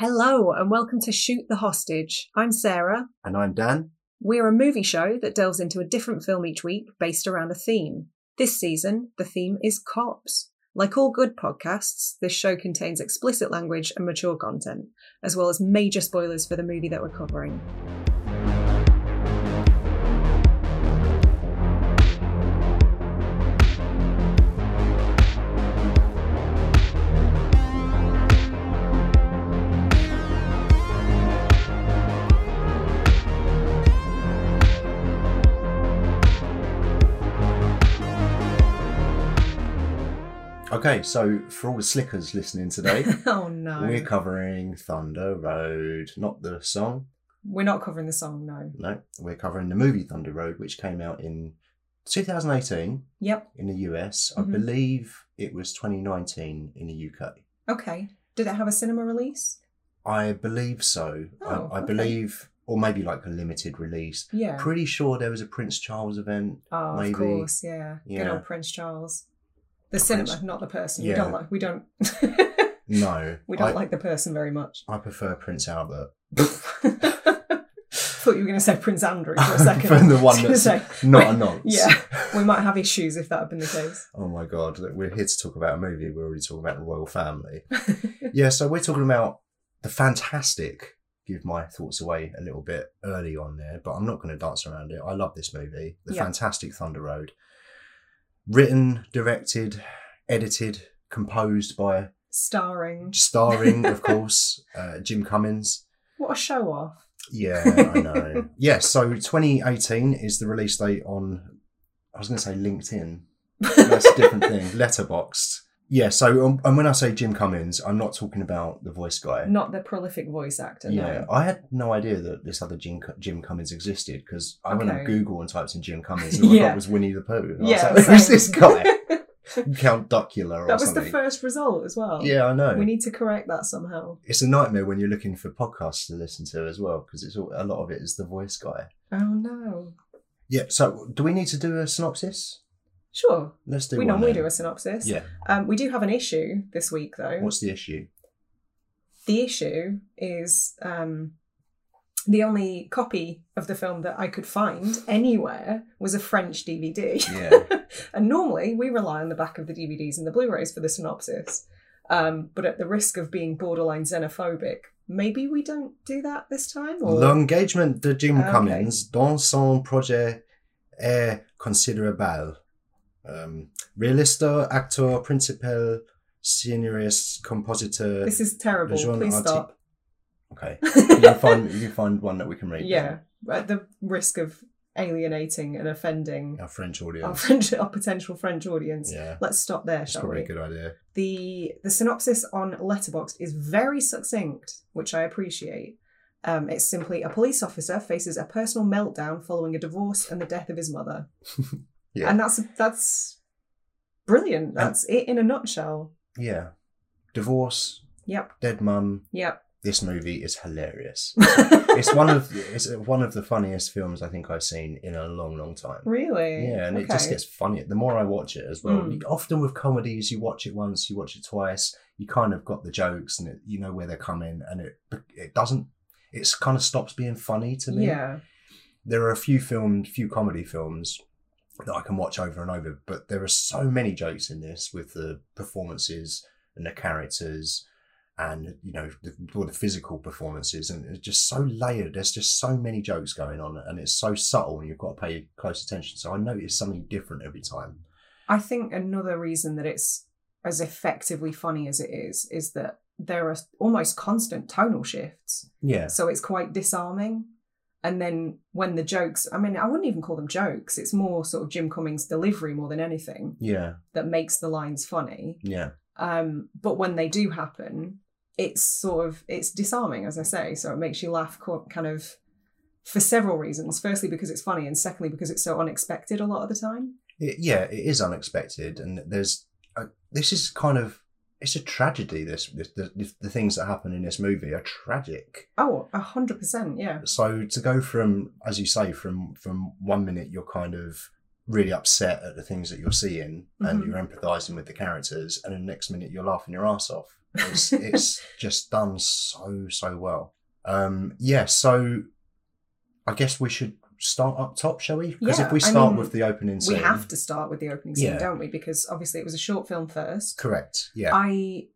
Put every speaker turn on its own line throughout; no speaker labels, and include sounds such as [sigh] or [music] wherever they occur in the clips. Hello, and welcome to Shoot the Hostage. I'm Sarah.
And I'm Dan.
We're a movie show that delves into a different film each week based around a theme. This season, the theme is cops. Like all good podcasts, this show contains explicit language and mature content, as well as major spoilers for the movie that we're covering. [laughs]
Okay, so for all the slickers listening today,
oh [laughs] no.
we're covering Thunder Road, not the song.
We're not covering the song, no.
No, we're covering the movie Thunder Road, which came out in 2018
Yep.
in the US.
Mhm.
I believe it was 2019 in the UK.
Okay. Did it have a cinema release?
I believe so.
Oh,
I, I
okay.
believe, or maybe like a limited release.
Yeah.
Pretty sure there was a Prince Charles event.
Oh,
Maybe.
of course, yeah. Good
Yeah.
old Prince Charles. The
Prince-
cinema, not the person. We
Yeah.
don't like. We don't. [laughs]
No,
we don't
I,
like the person very much.
[laughs]
[laughs]
I prefer Prince Albert.
Thought you were going to say Prince Andrew for
[laughs]
a second.
From the one
I was gonna
that's not a nonce.
Yeah. say, we might have issues if that had been the case.
Oh my god, that we're here to talk about a movie. We're already talking about the royal family. yeah, so we're talking about the fantastic. Give my thoughts away a little bit early on there, but I'm not going to dance around it. I love this movie, The
Yeah.
Fantastic Thunder Road. Written, directed, edited, composed by,
Starring.
starring, of course, uh, Jim Cummins.
What a show off.
Yeah, I know. yeah, so 2018 is the release date on, I was going to say LinkedIn.
[laughs]
That's a different thing. [laughs] Letterboxed. Yeah, so um, and when I say Jim Cummins, I'm not talking about the voice guy.
Not the prolific voice actor.
yeah,
No.
I had no idea that this other Jim, Cu- Jim Cummins existed because I went on
Okay.
Google and typed in Jim Cummins and all I
Yeah.
got was Winnie the Pooh. And
Yeah, [laughs]
I was like, who's
same.
this guy? Count Duckula or
that was
something.
the first result as well.
yeah, I know.
We need to correct that somehow.
it's a nightmare when you're looking for podcasts to listen to as well because it's all, a lot of it is the voice guy.
Oh no.
Yeah, so do we need to do a synopsis?
Sure.
Let's do
we
one.
normally
then.
do a synopsis.
Yeah.
Um, we do have an issue this week, though.
What's
[laughs]
the issue?
the issue is um, the only copy of the film that I could find anywhere was a French DVD.
Yeah.
[laughs] and normally we rely on the back of the DVDs and the Blu rays for the synopsis. Um, but at the risk of being borderline xenophobic, maybe we don't do that this time? Or... Ah,
L'engagement de Jim
Okay.
Cummins dans son projet est considérable. Um, réaliste, acteur principal, scénariste, compositeur.
This is terrible.
Le genre
Please
arti-
stop.
Okay, you can find you can find one that we
[laughs]
can read.
yeah. At the risk of alienating and offending
then. our French
our, [laughs]
audience.
French, our potential French audience.
yeah,
Let's stop there,
it's
shall
probably
we?
a good idea.
the the synopsis on Letterboxd is very succinct, which I appreciate. Um, it's simply a police officer faces a personal meltdown following a divorce and the death of his mother.
[laughs] Yeah.
And that's that's brilliant. That's it in a nutshell.
Yeah, divorce,
Yep.
dead mum.
Yep.
This movie is hilarious.
[laughs] it's
[laughs] it's
[laughs]
one of it's one of the funniest films I think I've seen in a long, long time.
really
Yeah, and it just
Okay.
gets funnier the more I watch it as well.
Mm.
Often with comedies, you watch it once, you watch it twice, you kind of got the jokes and it, you know where they're coming, and it it doesn't. It's kind of stops being funny to me.
yeah
There are a few films, few comedy films that I can watch over and over, but there are so many jokes in this with the performances and the characters. And you know the, all the physical performances, and it's just so layered. There's just so many jokes going on, and it's so subtle, and you've got to pay close attention. So I notice something different every time.
I think another reason that it's as effectively funny as it is is that there are almost constant tonal shifts.
Yeah,
so it's quite disarming. And then when the jokes, I mean, I wouldn't even call them jokes. It's more sort of Jim Cummings' delivery more than anything
yeah,
that makes the lines funny.
yeah,
Um, but when they do happen, it's sort of it's disarming, as I say. So it makes you laugh, co- kind of, for several reasons. Firstly, because it's funny, and secondly, because it's so unexpected a lot of the time.
it, yeah. It is unexpected, and there's a, this is kind of it's a tragedy. This, this the, the things that happen in this movie are tragic.
Oh, a hundred percent, yeah.
So to go from, as you say, from from one minute you're kind of really upset at the things that you're seeing and
Mhm. [laughs]
you're empathizing with the characters, and the next minute you're laughing your ass off. It's, it's just done so so well. Um, yeah, so I guess we should start up top, shall we? Because
Yeah,
if we
I
start
mean,
with the opening scene,
We have to start with the opening scene,
Yeah.
don't we? Because obviously it was a short film first.
Correct. Yeah.
I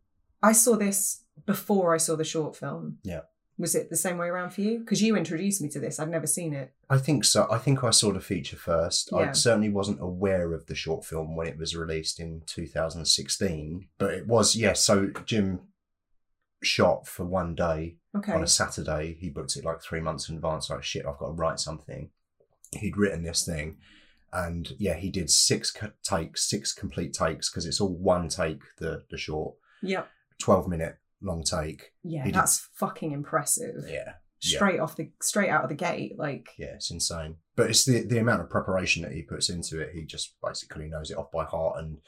I saw this before I saw the short film.
Yeah.
Was it the same way around for you? Because you introduced me to this. I'd never seen it.
I think so. I think I saw the feature first.
Yeah.
I certainly wasn't aware of the short film when it was released in 2016, but it was, yeah. So Jim shot for one day
Okay.
on a Saturday. He booked it like three months in advance. Like, shit, I've got to write something. He'd written this thing. And yeah, he did six co- takes, six complete takes, because it's all one take, the, the short,
Yeah.
12 minute long take.
Yeah,
He did-
that's fucking impressive.
Yeah. yeah.
Straight off the straight out of the gate, like
Yeah, it's insane. But it's the the amount of preparation that he puts into it. He just basically knows it off by heart, and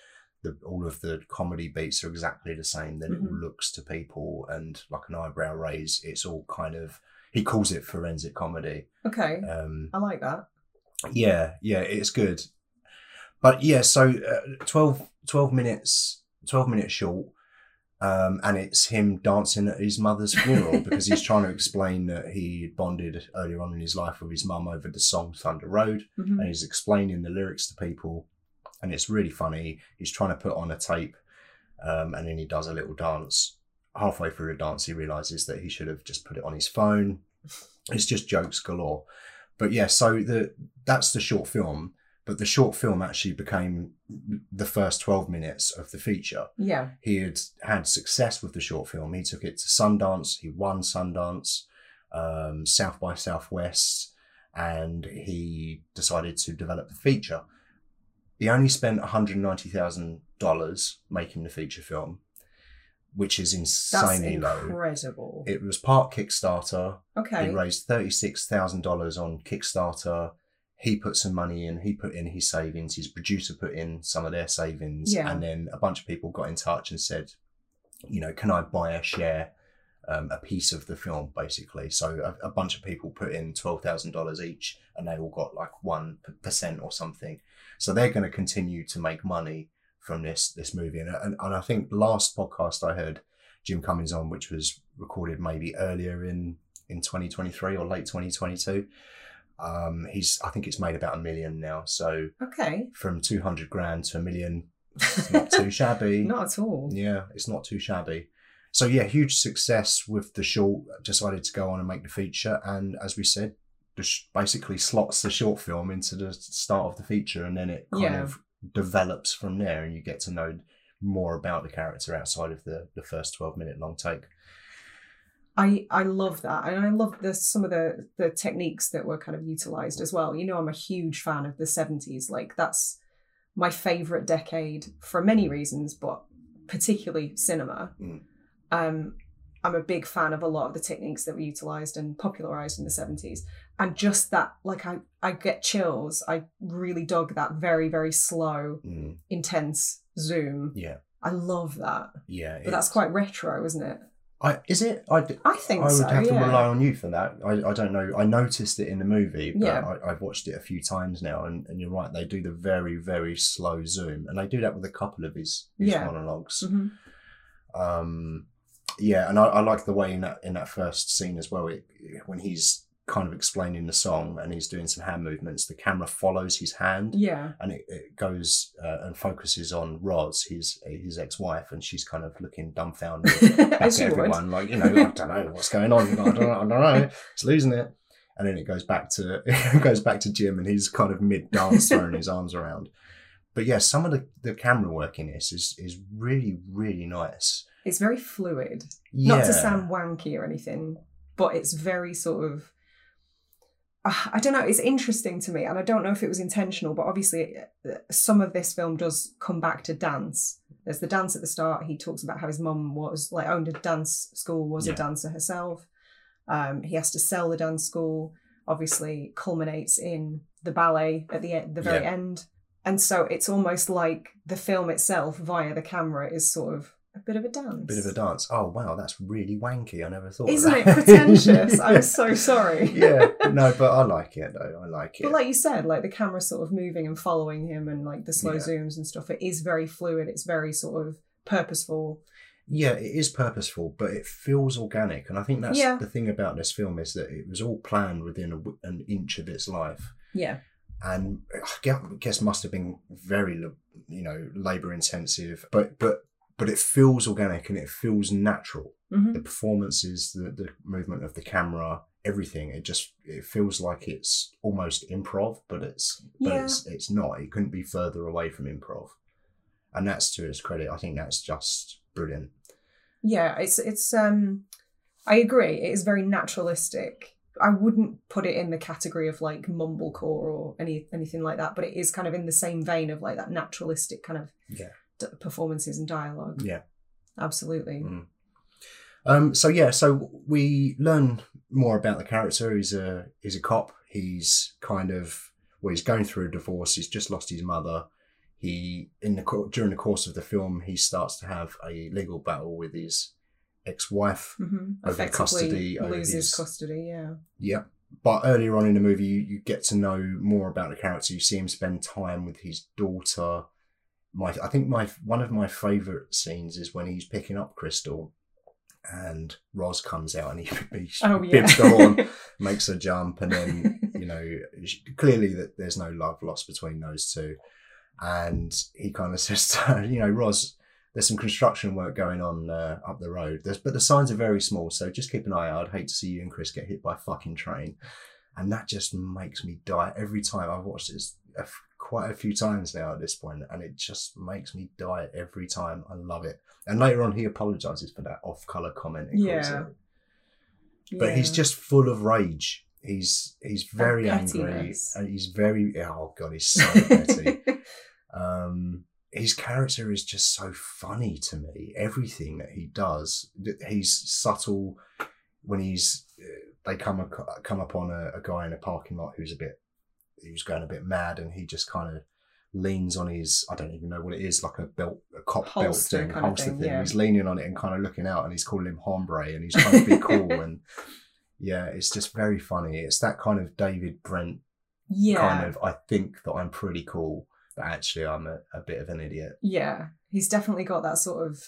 the, all of the comedy beats are exactly the same. Then it all looks to people, and like an eyebrow raise, it's all kind of. He calls it forensic comedy.
okay,
Um,
I like that.
yeah, yeah, it's good. But yeah, so uh, 12, 12 minutes, twelve minutes short, um, and it's him dancing at his mother's funeral because he's trying to explain that he bonded earlier on in his life with his mum over the song Thunder Road,
Mhm.
and he's explaining the lyrics to people, and it's really funny. He's trying to put on a tape, um, and then he does a little dance. Halfway through the dance, he realizes that he should have just put it on his phone. It's just jokes galore. But yeah, so the that's the short film. But the short film actually became the first twelve minutes of the feature
Yeah,
he had had success with the short film. He took it to Sundance. He won Sundance, um, South by Southwest, and he decided to develop the feature. He only spent one hundred ninety thousand dollars making the feature film, which is
that's
insanely low.
incredible.
It was part Kickstarter.
okay,
He raised thirty six thousand dollars on Kickstarter. He put some money in. He put in his savings. His producer put in some of their savings,
Yeah.
and then a bunch of people got in touch and said, "You know, can I buy a share, um, a piece of the film?" Basically, so a, a bunch of people put in twelve thousand dollars each, and they all got like one percent or something. So they're going to continue to make money from this this movie. And, and and I think last podcast I heard Jim Cummings on, which was recorded maybe earlier in in 2023 or late 2022. Um, he's I think it's made about a million now. So
okay,
from 200 grand to a million, it's
[laughs]
not too shabby.
not at all.
Yeah, it's not too shabby. So yeah, huge success with the short. Decided to go on and make the feature, and as we said, the sh- basically slots the short film into the start of the feature, and then it kind
Yeah.
of develops from there, and you get to know more about the character outside of the the first 12 minute long take.
I I love that, and I love the some of the the techniques that were kind of utilized as well. You know, I'm a huge fan of the '70s. Like that's my favorite decade for many reasons, but particularly cinema.
Mm.
Um, I'm a big fan of a lot of the techniques that were utilized and popularized in the '70s, and just that, like I I get chills. I really dug that very very slow,
Mm,
intense zoom.
yeah,
I love that,
yeah.
but that's
it's-
quite retro, isn't it?
I, is it? I, d-
I think
I would
so.
have to
yeah.
rely on you for that. I, I don't know. I noticed it in the movie, but
Yeah.
I, I've watched it a few times now, and, and you're right. They do the very, very slow zoom, and they do that with a couple of his, his
Yeah.
monologs
Mhm.
Um, yeah, and I, I like the way in that in that first scene as well. It, when he's kind of explaining the song and he's doing some hand movements, the camera follows his hand
Yeah.
and it, it goes uh, and focuses on Roz, his his ex wife, and she's kind of looking dumbfounded [laughs] back
as
at
you would.
everyone, like, you know, I don't know what's going on. I don't, I don't know. It's losing it. And then it goes back to [laughs] it goes back to Jim and he's kind of mid dance throwing his arms around. But yeah, some of the, the camera work in this is is really, really nice.
It's very fluid.
Yeah.
Not to sound wanky or anything, but it's very sort of. Ah, I don't know. It's interesting to me, and I don't know if it was intentional, but obviously, uh, some of this film does come back to dance. There's the dance at the start. He talks about how his mum was like owned a dance school, was
Yeah.
a dancer herself. Um, he has to sell the dance school. Obviously, culminates in the ballet at the e- the very end, and so it's almost like the film itself via the camera is sort of a bit of a dance,
bit of a dance. Oh wow, that's really wanky. I never thought of
Isn't it
that. [laughs]
pretentious? I'm so sorry.
yeah, no, but I like it though. I like it.
But like you said, like the camera sort of moving and following him and like the slow
Yeah.
zooms and stuff, it is very fluid. It's very sort of purposeful.
yeah, it is purposeful, but it feels organic, and I think that's
Yeah.
the thing about this film is that it was all planned within a w an inch of its life,
Yeah.
and I gue- I guess must have been very lo- you know labor intensive, but but but it feels organic and it feels natural.
hmm
The performances, the the movement of the camera, everything. It just it feels like it's almost improv, but it's but
Yeah.
it's it's not. It couldn't be further away from improv, and that's to its credit. I think that's just brilliant.
Yeah, it's it's um I agree. It is very naturalistic. I wouldn't put it in the category of like mumblecore or any anything like that, but it is kind of in the same vein of like that naturalistic kind of
Yeah.
d- performances and dialogue.
Yeah.
Absolutely.
Mm. Um, so yeah, so we learn more about the character. He's a he's a cop. He's kind of well, he's going through a divorce. He's just lost his mother. He in the cour- during the course of the film, he starts to have a legal battle with his ex-wife.
Mhm.
Over
Effectively
custody, over
loses
his-
custody. Yeah.
Yep. But earlier on in the movie, you, you get to know more about the character. You see him spend time with his daughter. My, I think my one of my favorite scenes is when he's picking up Crystal, and Roz comes out and he, [laughs] he
Oh yeah.
bibs
[laughs]
the horn makes a jump, and then you know sh- clearly that there's no love lost between those two. And he kind of [laughs] says, to her, you know, Roz, there's some construction work going on uh, up the road, there's, but the signs are very small, so just keep an eye out. I'd hate to see you and Chris get hit by a fucking train, and that just makes me die every time. I've watched this a f- quite a few times now at this point, and it just makes me die every time. I love it. And later on, he apologizes for that off-color comment. It calls
Yeah.
it but he's
Yeah.
just full of rage. He's he's very angry
pettiness.
and he's very oh god,
[laughs]
he's so petty. Um, his character is just so funny to me. Everything that he does, th- he's subtle. When he's uh, they come ac- come upon a, a guy in a parking lot who's a bit who's going a bit mad, and he just kind of leans on his I don't even know what it is like a belt a cop
Holster
belt thing
kind of
holster
thing, yeah.
He's leaning on it and kind of looking out, and he's calling him hombre, and he's trying
[laughs]
to be cool and. Yeah, it's just very funny. It's that kind of David Brent
yeah.
kind of I think that I'm pretty cool, but actually I'm a, a bit of an idiot.
Yeah, he's definitely got that sort of,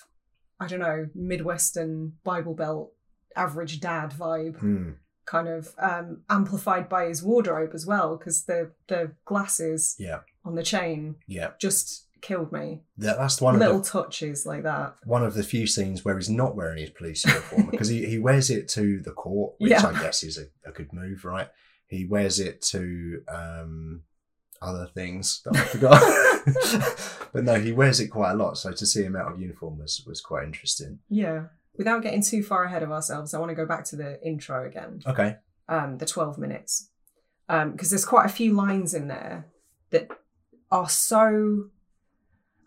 I don't know, Midwestern Bible Belt average dad vibe,
Hmm.
kind of um, amplified by his wardrobe as well, because the the glasses
Yeah.
on the chain
Yeah,
just killed me.
that, that's one
Little
of the,
touches like that.
one of the few scenes where he's not wearing his police
[laughs]
uniform because he, he wears it to the court, which
Yeah.
I guess is a, a good move, right? He wears it to um, other things that I forgot. [laughs] but no, he wears it quite a lot. So to see him out of uniform was, was quite interesting.
Yeah. Without getting too far ahead of ourselves, I want to go back to the intro again.
Okay.
um, the 12 minutes because there's quite a few lines in there that are so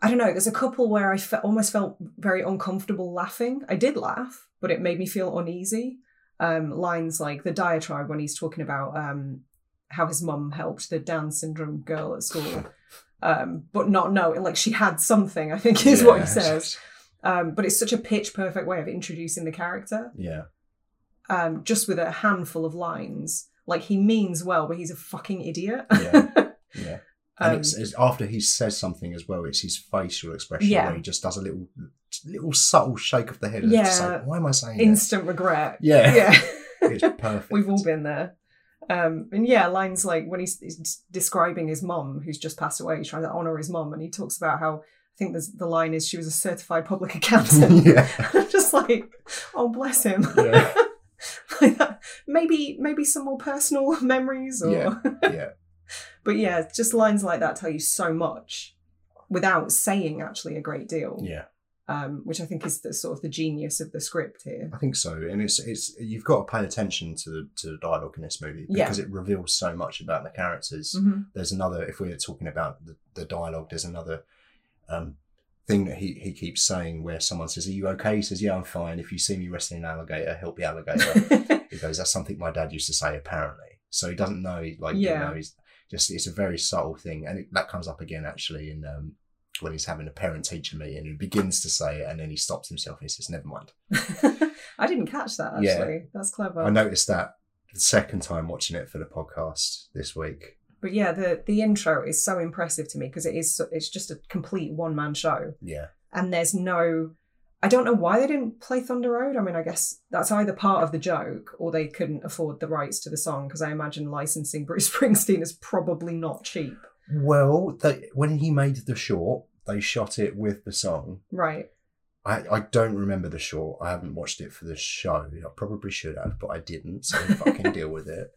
i don't know there's a couple where i fe- almost felt very uncomfortable laughing i did laugh but it made me feel uneasy um, lines like the diatribe when he's talking about um, how his mum helped the down syndrome girl at school um, but not knowing like she had something i think is what he says um, but it's such a pitch perfect way of introducing the character
[laughs] Yeah.
um, just with a handful of lines. Like he means well, but he's a fucking idiot.
Yeah. Yeah. And
Um,
it's, it's after he says something as well. It's his facial expression
Yeah.
where he just does a little, little subtle shake of the head. Yeah.
Yeah.
Just like, Why am I saying this?
instant regret. [laughs]
Yeah.
Yeah.
[laughs] it's perfect.
We've
[laughs]
all been there. Um, and yeah, lines like when he's, he's describing his mom, who's just passed away, he's trying to honor his mom, and he talks about how I think there's, the line is she was a certified public [laughs] accountant. [laughs]
[laughs] yeah.
just like, oh bless him. [laughs]
Yeah.
like that. Maybe maybe some more personal [laughs] memories or
Yeah. Yeah.
But yeah, just lines like that tell you so much without saying actually a great deal,
Yeah.
um, which I think is the sort of the genius of the script here.
I think so. And it's, it's, you've got to pay attention to the, to the dialogue in this movie
Yeah. Mm.
because it reveals so much about the characters. There's another, if we're talking about the, the dialogue, there's another, um, thing that he, he keeps saying where someone says, are you okay? He says, yeah, I'm fine. If you see me wrestling an alligator, help the alligator. He goes, "That's something my dad used to say." Apparently, so he doesn't know. He, like,
Yeah.
you know, he's just it's a very subtle thing, and it, that comes up again actually in um, when he's having a parent-teacher meeting. He begins to say it, and then he stops himself and he says, "Never mind."
[laughs] I didn't catch that actually.
Yeah.
That's clever.
I noticed that the second time watching it for the podcast this week.
But yeah, the the intro is so impressive to me because it is so, it's just a complete one man show,
Yeah,
and there's no I don't know why they didn't play Thunder Road. I mean, I guess that's either part of the joke or they couldn't afford the rights to the song because I imagine licensing [laughs] Bruce Springsteen is probably not cheap.
Well, they, when he made the short, they shot it with the song.
Right.
I, I don't remember the short. I haven't watched it for the show. I probably should have, but I didn't. So I can deal with it.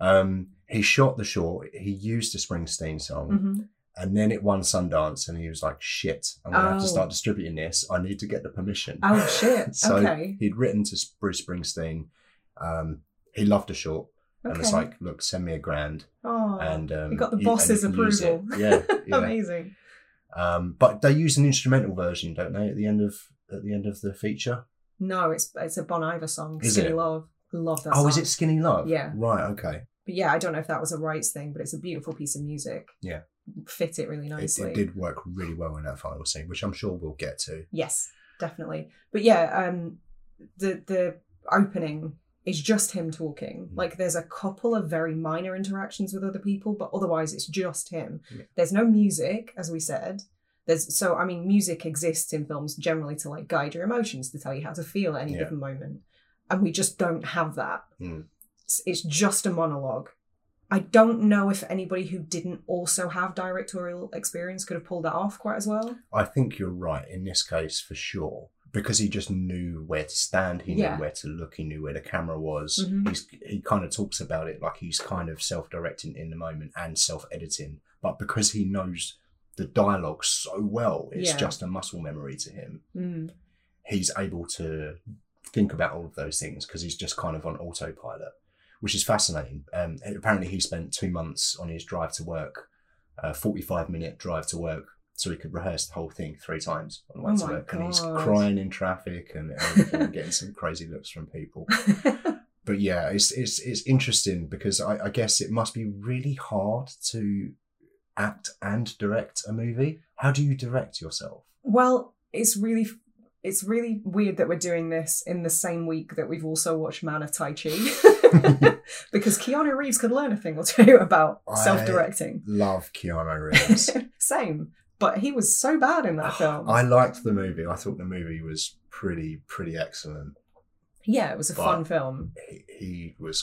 Um, he shot the short. He used a Springsteen song.
hmm
And then it won Sundance, and he was like, "Shit, I'm gonna have to
Oh.
start distributing this. I need to get the permission."
Oh, shit.
[laughs] so
Okay.
he'd written to Bruce Springsteen. Um, he loved the short, and
Okay.
it's like, "Look, send me a grand."
oh,
and um,
he got the
you- and
boss's
you can use it.
approval. [laughs]
Yeah, yeah.
Amazing.
um, but they use an instrumental version, don't they? At the end of at the end of the feature.
No, it's it's a Bon Iver song.
Is
Skinny
it?
Love. Love that
oh,
song.
is it Skinny Love?
Yeah.
Right. Okay.
But yeah, I don't know if that was a rights thing, but it's a beautiful piece of music.
Yeah.
Fit it really
It,
nicely.
it did work really well in that final scene, which I'm sure we'll get to.
Yes, definitely. But yeah, um, the the opening is just him talking.
Mm.
Like there's a couple of very minor interactions with other people, but otherwise it's just him.
Yeah.
There's no music, as we said. There's so I mean, music exists in films generally to like guide your emotions, to tell you how to feel at any
Yeah.
given moment, and we just don't have that.
Mm.
It's- It's just a monologue. I don't know if anybody who didn't also have directorial experience could have pulled that off quite as well.
I think you're right in this case for sure because he just knew where to stand, he
Yeah.
knew where to look, he knew where the camera was.
Mhm.
He's, he kind of talks about it like he's kind of self-directing in the moment and self-editing, but because he knows the dialogue so well, it's
Yeah.
just a muscle memory to him.
[laughs] Mm.
He's able to think about all of those things because he's just kind of on autopilot, which is fascinating. Um, and apparently, he spent two months on his drive to work, a 45 minute drive to work, so he could rehearse the whole thing three times on the way
Oh
to
my
work. And he's
God.
crying in traffic and everything,
[laughs]
and getting some crazy looks from people. But yeah, it's it's it's interesting because I, I guess it must be really hard to act and direct a movie. How do you direct yourself?
Well, it's really it's really weird that we're doing this in the same week that we've also watched Man of Tai
[laughs]
Chi. [laughs] because Keanu Reeves could learn a thing or two about
I-
self-directing.
Love Keanu Reeves.
Same. But he was so bad in
[sighs]
that film.
I liked the movie. I thought the movie was pretty, pretty excellent.
yeah, it was a
But-
fun film.
He, he was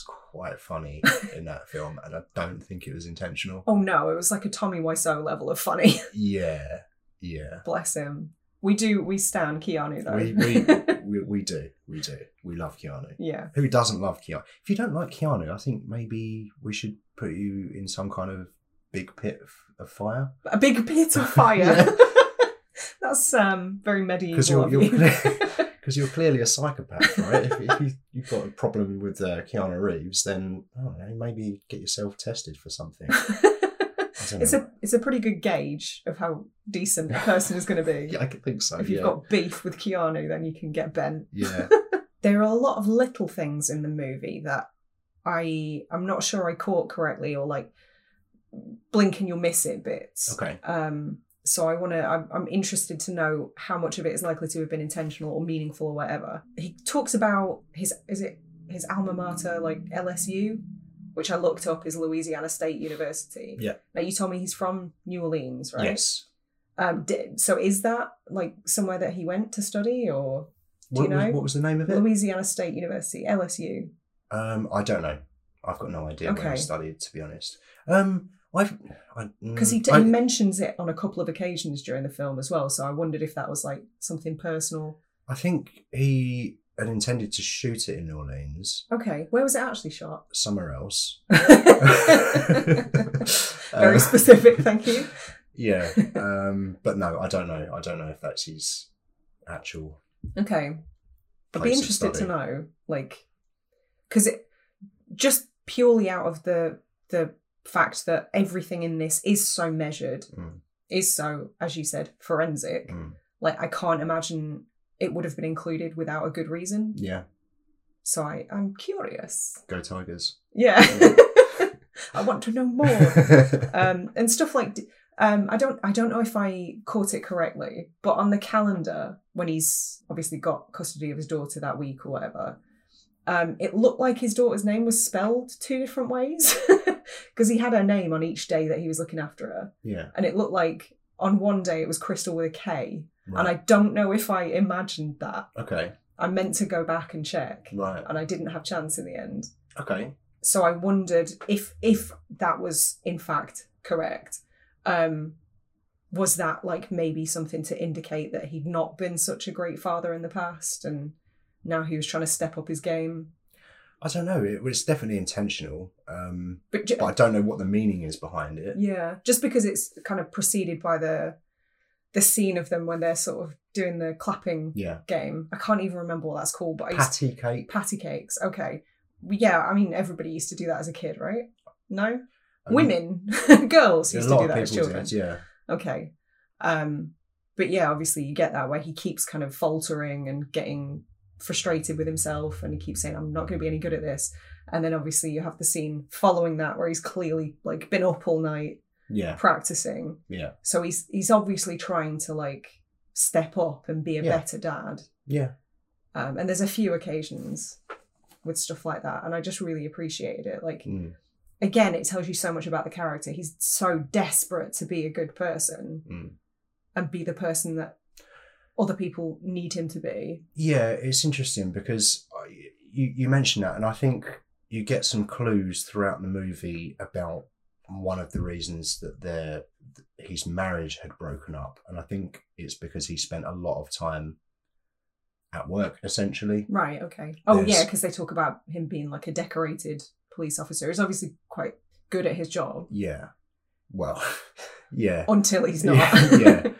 [laughs]
quite funny in that film, and I don't think it was intentional.
Oh no, it was like a Tommy Wiseau level of funny. [laughs]
Yeah, yeah.
Bless him. We do we stan Keanu though.
We, we, we, we do. We do. We love Keanu.
[laughs] yeah.
Who doesn't love Keanu? If you don't like Keanu, I think maybe we should put you in some kind of big pit of- of fire.
A big pit
[laughs]
of fire. [laughs] That's um very medieval.
Because you're,
of
you're,
you.
[laughs] because you're clearly a psychopath, right? if, if you, you've got a problem with uh, Keanu Reeves, then I don't know, maybe get yourself tested
[laughs]
for something. I don't
It's
know.
a it's a pretty good gauge of how decent a person is going to be.
[laughs] yeah, I could think so.
if you've
yeah.
got beef with Keanu, then you can get bent. [laughs]
yeah,
There are a lot of little things in the movie that I I'm not sure I caught correctly or like blink and you'll miss it bits.
okay,
Um, so I want to. I'm, I'm interested to know how much of it is likely to have been intentional or meaningful or whatever. He talks about his is it his alma mater like LSU, which I looked up is Louisiana State University.
Yeah.
Now you told me he's from New Orleans, right?
yes.
Um, di- so is that like somewhere that he went to study or
What,
you know?
was, what was the name of it?
Louisiana State University LSU?
Um, I don't know. I've got no idea where I
Okay.
studied, to be honest. Um, I've because
Because he,
Mm, I,
he mentions it on a couple of occasions during the film as well. So I wondered if that was like something personal.
I think he had intended to shoot it in New Orleans,
Okay, where was it actually shot?
somewhere else.
[laughs] Very
Um,
specific, thank you.
[laughs] Yeah. Um, but no, I don't know. I don't know if that's his actual.
Okay. I'd be
Place of
interested to
study.
know, like, because it just purely out of the the fact that everything in this is so measured,
Mm.
is so, as you said, forensic.
Mm.
Like, I can't imagine it would have been included without a good reason.
Yeah.
So I, I'm curious.
Go Tigers.
Yeah,
Hmm.
[laughs] I want to know more. um, and stuff like um, I don't I don't know if I caught it correctly, but on the calendar when he's obviously got custody of his daughter that week or whatever, um, it looked like his daughter's name was spelled two different ways [laughs] because he had her name on each day that he was looking after her,
[laughs] yeah.
and it looked like on one day it was Crystal with a K, And I
Right.
don't know if I imagined that.
Okay.
I meant to go back and check,
Right.
and I didn't have chance in the end.
Okay.
So I wondered if if that was in fact correct. Um, was that like maybe something to indicate that he'd not been such a great father in the past, and now he was trying to step up his game?
I don't know. It was definitely intentional, um,
But ju-
but I don't know what the meaning is behind it.
Yeah, just because it's kind of preceded by the the scene of them when they're sort of doing the clapping
Yeah.
game. I can't even remember what that's called, but I used
Patty cake.
patty cakes. Okay, Well, yeah, I mean everybody used to do that as a kid, right? No,
I mean,
women, [laughs] girls
Um, a
used to
lot
do
of
that as
people
children.
did, yeah.
Okay, um, but yeah, obviously you get that where he keeps kind of faltering and getting frustrated with himself, and he keeps saying, "I'm not going to be any good at this." And then obviously you have the scene following that where he's clearly like been up all night
Yeah.
practicing.
Yeah.
So he's he's obviously trying to like step up and be a
Yeah.
better dad.
Yeah.
Um, and there's a few occasions with stuff like that, and I just really appreciated it. Like
Mm.
again, it tells you so much about the character. He's so desperate to be a good person
Mm.
and be the person that other people need him to be.
Yeah, it's interesting because I, you you mentioned that, and I think you get some clues throughout the movie about one of the reasons that their his marriage had broken up, and I think it's because he spent a lot of time at work essentially.
Right. Okay. Oh yeah, 'cause yeah,
There's-
because they talk about him being like a decorated police officer. He's obviously quite good at his job
Yeah, well, [laughs] yeah.
until he's not. [laughs]
Yeah, yeah.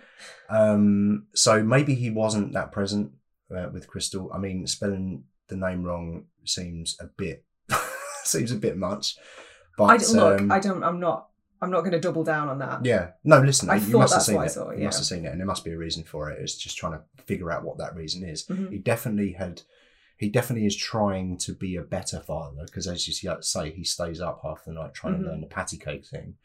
Um, so maybe he wasn't that present uh, with Crystal. I mean, spelling the name wrong seems a bit [laughs] seems a bit much. But
I d- look,
um,
I don't. I'm not. I'm not going to double down on that.
Yeah. No, listen,
I
you
thought
must have
that's
seen
what I
it.
saw,
You
yeah.
must have seen it, and there must be a reason for it. It's just trying to figure out what that reason is.
Mhm.
He definitely had. He definitely is trying to be a better father because, as you see- say, he stays up half the night trying
Mhm.
to learn the patty cake thing,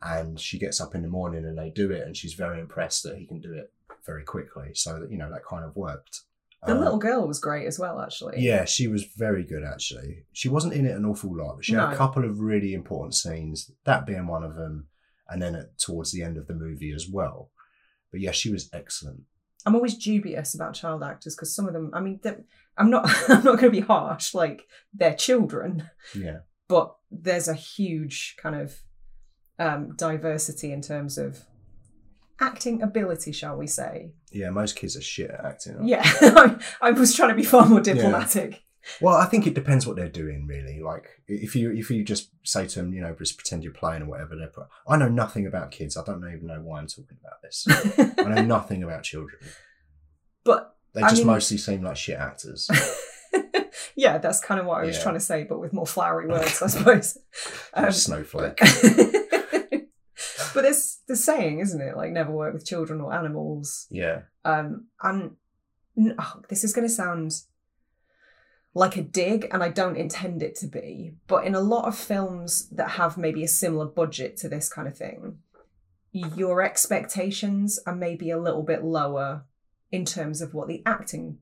and she gets up in the morning and they do it, and she's very impressed that he can do it very quickly. So that you know that kind of worked.
The
Um,
little girl was great as well, actually.
yeah, she was very good actually. She wasn't in it an awful lot, but she had
No.
a couple of really important scenes, that being one of them, and then at, towards the end of the movie as well. But yeah, she was excellent.
I'm always dubious about child actors because some of them. I mean, they're- I'm not. [laughs] I'm not going to be harsh. Like they're children,
Yeah,
but there's a huge kind of um, diversity in terms of acting ability, shall we say?
yeah. Most kids are shit at acting. aren't
Yeah, [laughs] I, I was trying to be far more diplomatic. [laughs]
they? Well, I think it depends what they're doing really. Like if you if you just say to them, you know, just pretend you're playing or whatever. They're. pro- I know nothing about kids. I don't even know why I'm talking about this. I
[laughs]
know nothing about children.
but [laughs]
They
I
just
mean-
mostly seem like shit
[laughs]
actors.
yeah, that's kind of what I was
Yeah.
trying to say, but with more flowery words, I suppose. Um,
[laughs] Snowflake.
[laughs] but it's the saying, isn't it? Like never work with children or animals.
Yeah.
Um, and n- oh, this is going to sound like a dig, and I don't intend it to be. But in a lot of films that have maybe a similar budget to this kind of thing, your expectations are maybe a little bit lower in terms of what the acting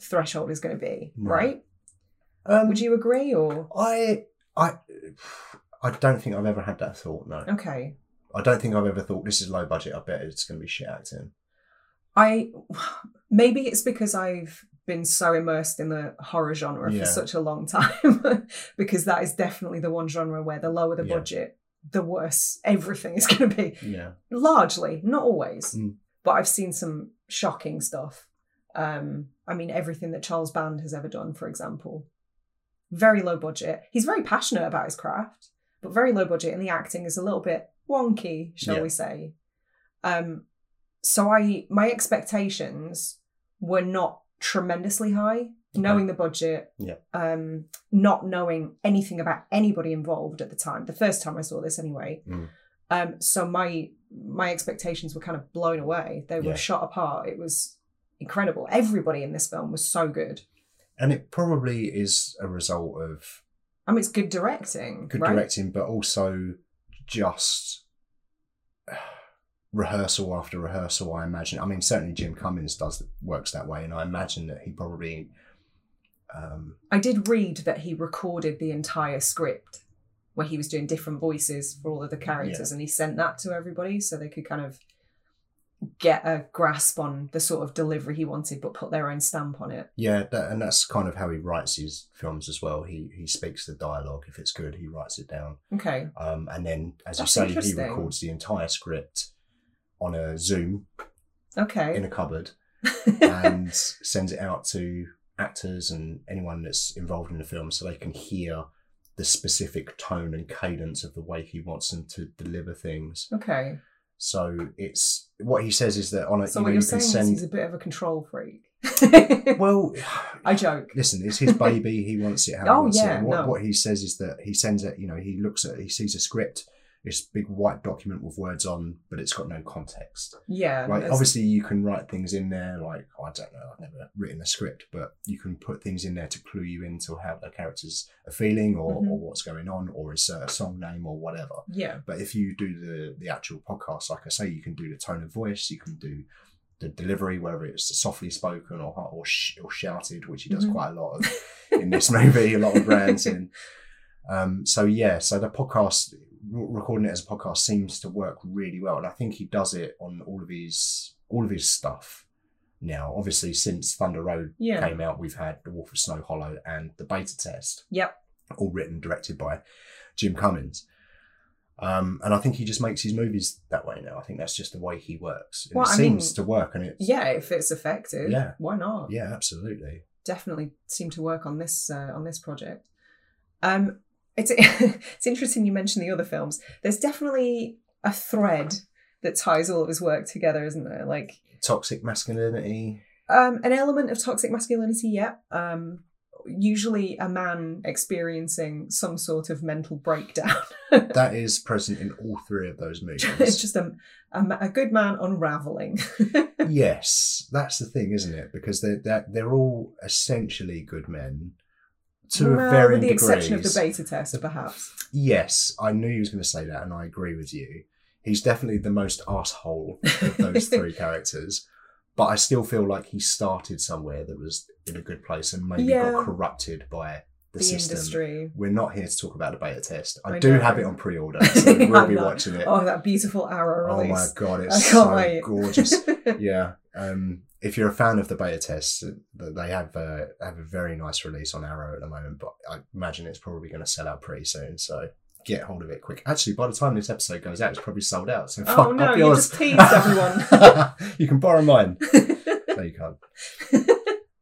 threshold is going to be,
Right.
right?
Um,
Would you agree? Or
I I I don't think I've ever had that thought. No,
okay,
I don't think I've ever thought this is low budget. I bet it's going to be shit acting.
I [sighs] maybe it's because I've been so immersed in the horror genre
Yeah.
for such a long time [laughs] because that is definitely the one genre where the lower the
Yeah.
budget, the worse everything is going to be.
Yeah,
Largely, not always,
Mm.
but I've seen some shocking stuff. Um, I mean, everything that Charles Band has ever done, for example, very low budget. He's very passionate about his craft, but very low budget, and the acting is a little bit wonky, shall
Yeah.
we say? Um, so I my expectations were not tremendously high, knowing the budget,
Yeah.
um, not knowing anything about anybody involved at the time. The first time I saw this, anyway.
Mm.
Um, so my my expectations were kind of blown away. They were
Yeah.
shot apart. It was incredible. Everybody in this film was so good.
and it probably is a result of
I mean, it's good directing,
good
right?
directing, but also just [sighs] rehearsal after rehearsal. I imagine. I mean, certainly Jim Cummins does works that way, and I imagine that he probably. Um,
I did read that he recorded the entire script where he was doing different voices for all of the characters and he sent that to everybody so they could kind of get a grasp on the sort of delivery he wanted, but put their own stamp on it.
Yeah, that, and that's kind of how he writes his films as well. He he speaks the dialogue. If it's good, he writes it down.
Okay.
Um, and then, as
That's
you say, he
interesting.
records the entire script on a Zoom in
Okay.
a cupboard
[laughs]
and sends it out to actors and anyone that's involved in the film so they can hear the specific tone and cadence of the way he wants them to deliver things.
okay.
So it's what he says is that on a
So
you know
what
you
you're
can
saying
send
is he's a bit of a control
[laughs]
freak.
[sighs] well
I joke.
listen,
[laughs]
it's his baby. He wants it how
Oh,
he wants it.
yeah,
And What,
no.
what he says is that he sends it. You know, he looks at, he sees a script, this big white document with words on, but it's got no context.
Yeah.
Like
that's-
obviously, you can write things in there. Like I don't know, I've never written a script, but you can put things in there to clue you into how the characters are feeling or, or
Mhm.
what's going on, or insert a song name or whatever.
Yeah.
But if you do the the actual podcast, like I say, you can do the tone of voice, you can do the delivery, whether it's softly spoken or or, sh- or shouted, which he does
Mhm.
quite a lot of in this movie, a lot of ranting. Um, so yeah, so the podcast r- recording it as a podcast seems to work really well, and I think he does it on all of his all of his stuff now. Obviously, since Thunder Road
[laughs] Yeah.
came out, we've had The Wolf of Snow Hollow and The Beta Test.
Yep.
All written and directed by Jim Cummins. Um, and I think he just makes his movies that way now. I think that's just the way he works. And
Well,
it
I
seems
mean-
to work and it's
Yeah, if it's effective,
Yeah.
why not?
yeah, absolutely.
definitely seem to work on this uh, on this project. Um, it's [laughs] it's interesting you mentioned the other films. There's definitely a thread that ties all of his work together, isn't there? Like
Toxic masculinity.
um, an element of toxic masculinity. Yep. Um, usually a man experiencing some sort of mental breakdown. [laughs]
That is present in all three of those movies.
it's just a, a ma- a good man unraveling.
yes, that's the thing, isn't it? Because they're they're, they're all essentially good men to
Well,
a varying
with the
degrees.
exception of the beta test, perhaps.
yes, I knew he was going to say that, and I agree with you. He's definitely the most asshole of those
[laughs]
three characters. But I still feel like he started somewhere that was in a good place and maybe
Yeah.
got corrupted by the,
The
system.
industry.
We're not here to talk about the beta test. I,
I
do
know.
have it
[laughs]
on pre-order, so
I
we'll be
know.
watching it.
Oh, that beautiful arrow
Oh my
release. [laughs]
god,
I
it's
can't
so
wait.
gorgeous.
[laughs]
yeah. Um, if you're a fan of the beta tests, th- they have a, have a very nice release on Arrow at the moment, but I imagine it's probably going to sell out pretty soon. So get hold of it quick. Actually, by the time this episode goes out, it's probably sold out. So fuck
Oh no,
up
you
yours.
just
[laughs]
teased everyone.
you can borrow mine.
[laughs]
No, you can't.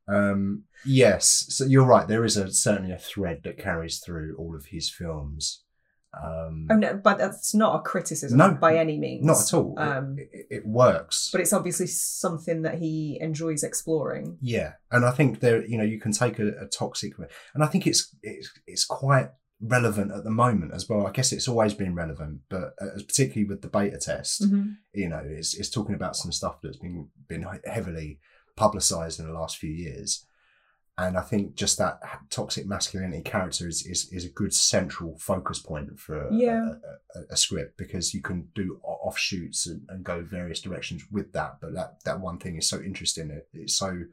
Um, yes, so you're right. There is a certainly a thread that carries through all of his films. Um,
oh no, but that's not a criticism
No,
by any means.
not at all. It-
Um,
it, it, works.
But it's obviously something that he enjoys exploring.
Yeah, and I think there, you know, you can take a, a toxic, and I think it's it's it's quite relevant at the moment as well. I guess it's always been relevant, but uh, particularly with the beta test,
Mm-hmm.
you know, it's it's talking about some stuff that's been been heavily publicized in the last few years, and I think just that toxic masculinity character is is, is a good central focus point for a-
Yeah.
a, a, a script because you can do o- offshoots and, and go various directions with that, but that that one thing is so interesting, it, it's so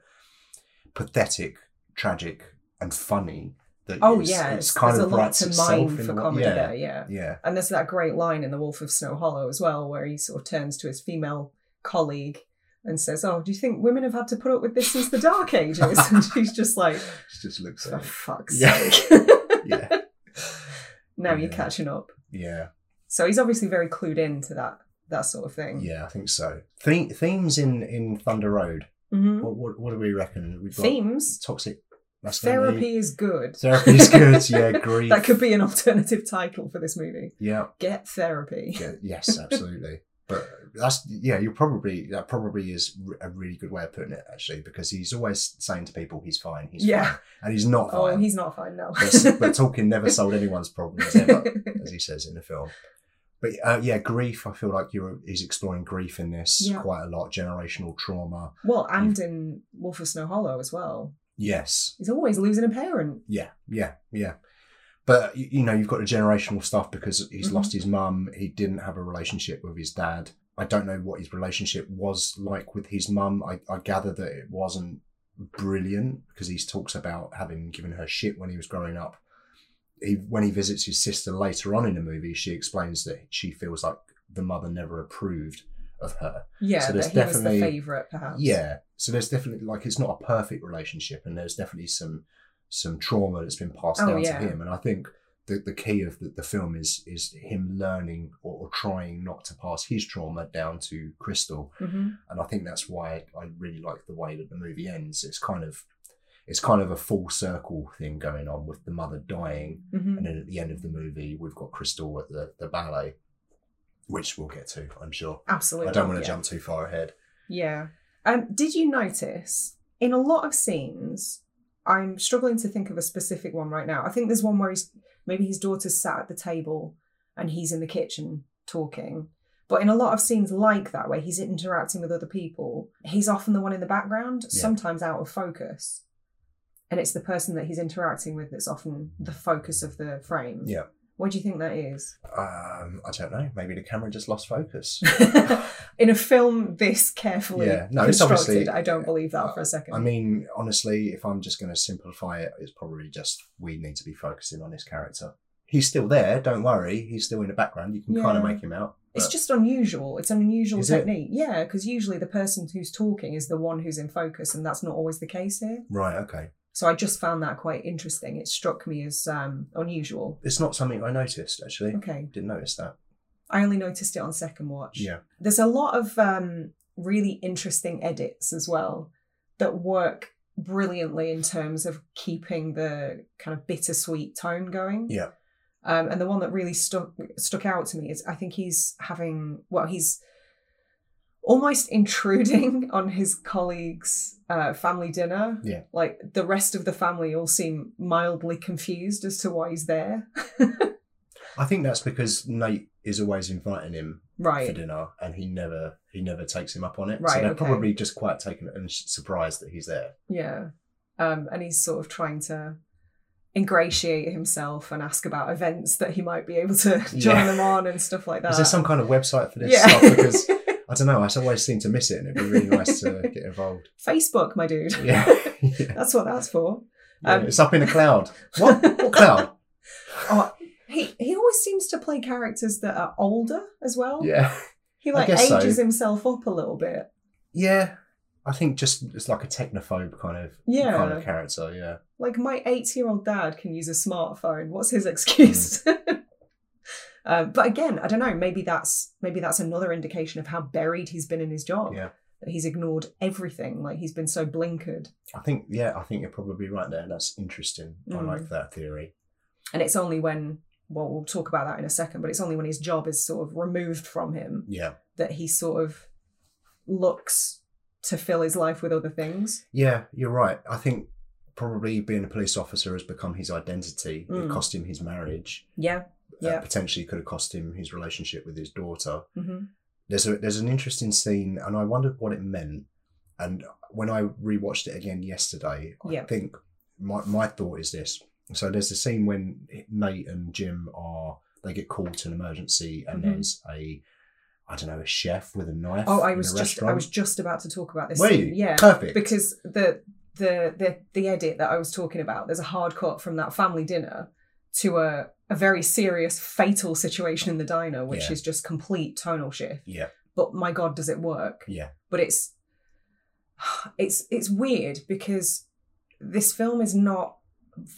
pathetic, tragic, and funny. That
Oh
it's,
yeah,
it's
it's,
kind
there's
of
a lot
writes
to
itself
mine
in
for
a way.
comedy
yeah,
there, yeah.
yeah,
And there's that great line in The Wolf of Snow Hollow as well, where he sort of turns to his female colleague and says, "Oh, do you think women have had to put up with this since the Dark Ages?" [laughs] and she's just like,
it just looks
[laughs] "For
like
fuck's
Yeah.
sake, [laughs]
yeah,
now you're
Yeah.
catching up."
yeah.
So he's obviously very clued in to that that sort of thing.
Yeah, I think so. The- themes in in Thunder Road.
Mhm.
What, what, what do we reckon? We've got
Themes.
toxic masculinity.
Therapy is good.
Therapy is
[laughs]
good. Yeah, grief.
that could be an alternative title for this movie.
Yeah.
Get therapy.
yeah, Yes, absolutely. But that's yeah. You're probably that probably is r- a really good way of putting it actually because he's always saying to people he's fine,
[laughs]
he's
Yeah.
fine, and he's not
Oh,
fine.
he's [laughs] not fine now.
but, s-
[laughs]
but talking never solved anyone's problems ever, as he says in the film. But uh, yeah, grief. I feel like you're he's exploring grief in this
Yeah.
quite a lot. Generational trauma.
well, and in Wolf of Snow Hollow as well.
Yes.
He's always losing a parent.
Yeah, yeah, yeah. But y- you know, you've got the generational stuff because he's
Mhm.
lost his mum. He didn't have a relationship with his dad. I don't know what his relationship was like with his mum. I, I gather that it wasn't brilliant because he talks about having given her shit when he was growing up. He, when he visits his sister later on in the movie, she explains that she feels like the mother never approved of her.
Yeah,
So
that
there's
he was
definitely-
the favourite, perhaps.
Yeah. So there's definitely like it's not a perfect relationship, and there's definitely some some trauma that's been passed
Oh,
down
yeah.
to him. And I think the the key of the, the film is is him learning or, or trying not to pass his trauma down to Crystal.
hmm
and I think that's why I really like the way that the movie ends. It's kind of it's kind of a full circle thing going on with the mother dying,
hmm
and then at the end of the movie, we've got Crystal at the, the ballet, which we'll get to, I'm sure.
Absolutely.
I don't want to
yeah.
jump too far ahead.
Yeah. Um, did you notice in a lot of scenes? I'm struggling to think of a specific one right now. I think there's one where he's maybe his daughter's sat at the table and he's in the kitchen talking. But in a lot of scenes like that, where he's interacting with other people, he's often the one in the background,
Yeah.
sometimes out of focus. And it's the person that he's interacting with that's often the focus of the frame.
Yeah.
What do you think that
[laughs]
is?
Um, I don't know. Maybe the camera just
[laughs]
lost focus.
in a film this carefully
Yeah. No, it's
constructed,
obviously-
I don't believe that for a second.
I mean, honestly, if I'm just going to simplify it, it's probably just we need to be focusing on his character. He's still there. Don't worry. He's still in the background. You can kind of
Yeah.
make him out.
It's
but-
just unusual. It's an unusual
Is it?
technique. Yeah, because usually the person who's talking is the one who's in focus, and that's not always the case here.
right. Okay.
So I just found that quite interesting. It struck me as um, unusual.
It's not something I noticed actually.
Okay.
Didn't notice that.
I only noticed it on second watch.
Yeah.
There's a lot of um, really interesting edits as well that work brilliantly in terms of keeping the kind of bittersweet tone going.
Yeah.
Um, and the one that really stuck stuck out to me is I think he's having well he's almost [laughs] intruding on his colleagues' uh, family dinner.
Yeah.
Like the rest of the family all seem mildly confused as to why he's there. [laughs]
I think that's because Nate is always inviting him for
right.
dinner, and he never he never takes him up on it. so
Right,
they're
okay.
probably just quite taken and s- surprised that he's there.
Yeah. Um, and he's sort of trying to ingratiate himself and ask about events that he might be able to [laughs] join
Yeah.
them on and stuff like that.
Is there some kind of website for this
Uh, Yeah.
stuff?
[laughs]
Because I don't know, I always seem to miss it, and it'd be really nice to get involved. [laughs]
Facebook, my dude.
Yeah, yeah.
[laughs] That's what that's for.
Yeah,
Um,
it's up in the cloud. What? What cloud?
[laughs] Oh, he he always seems to play characters that are older as well.
Yeah,
He
I
like
guess so.
ages himself up a little bit.
yeah. I think just it's like a technophobe kind of
Yeah.
kind of character. Yeah.
Like my eight-year-old dad can use a smartphone. What's his excuse?
Hmm.
[laughs] Uh, but again, I don't know. Maybe that's maybe that's another indication of how buried he's been in his job.
Yeah.
That he's ignored everything. Like he's been so blinkered,
I think yeah, I think you're probably right there. That's interesting. I
Mm.
like that theory.
and it's only when well, we'll talk about that in a second. But it's only when his job is sort of removed from him
Yeah.
that he sort of looks to fill his life with other things.
Yeah, you're right. I think probably being a police officer has become his identity.
Mm.
It cost him his marriage.
Yeah.
Uh,
Yeah.
potentially could have cost him his relationship with his daughter.
hmm
There's a there's an interesting scene, and I wondered what it meant. And when I rewatched it again yesterday,
Yeah.
I think my my thought is this. So there's the scene when Nate and Jim are they get called to an emergency, and
Mhm.
there's a I don't know a chef with a knife.
Oh, I
in
was
a
just I
restaurant.
was just about to talk about this.
Were
scene.
you?
Yeah.
perfect
Because the the the the edit that I was talking about, there's a hard cut from that family dinner to a a very serious fatal situation in the diner, which
Yeah.
is just complete tonal shift.
yeah
But my god, does it work?
yeah
But it's [sighs] it's it's weird because this film is not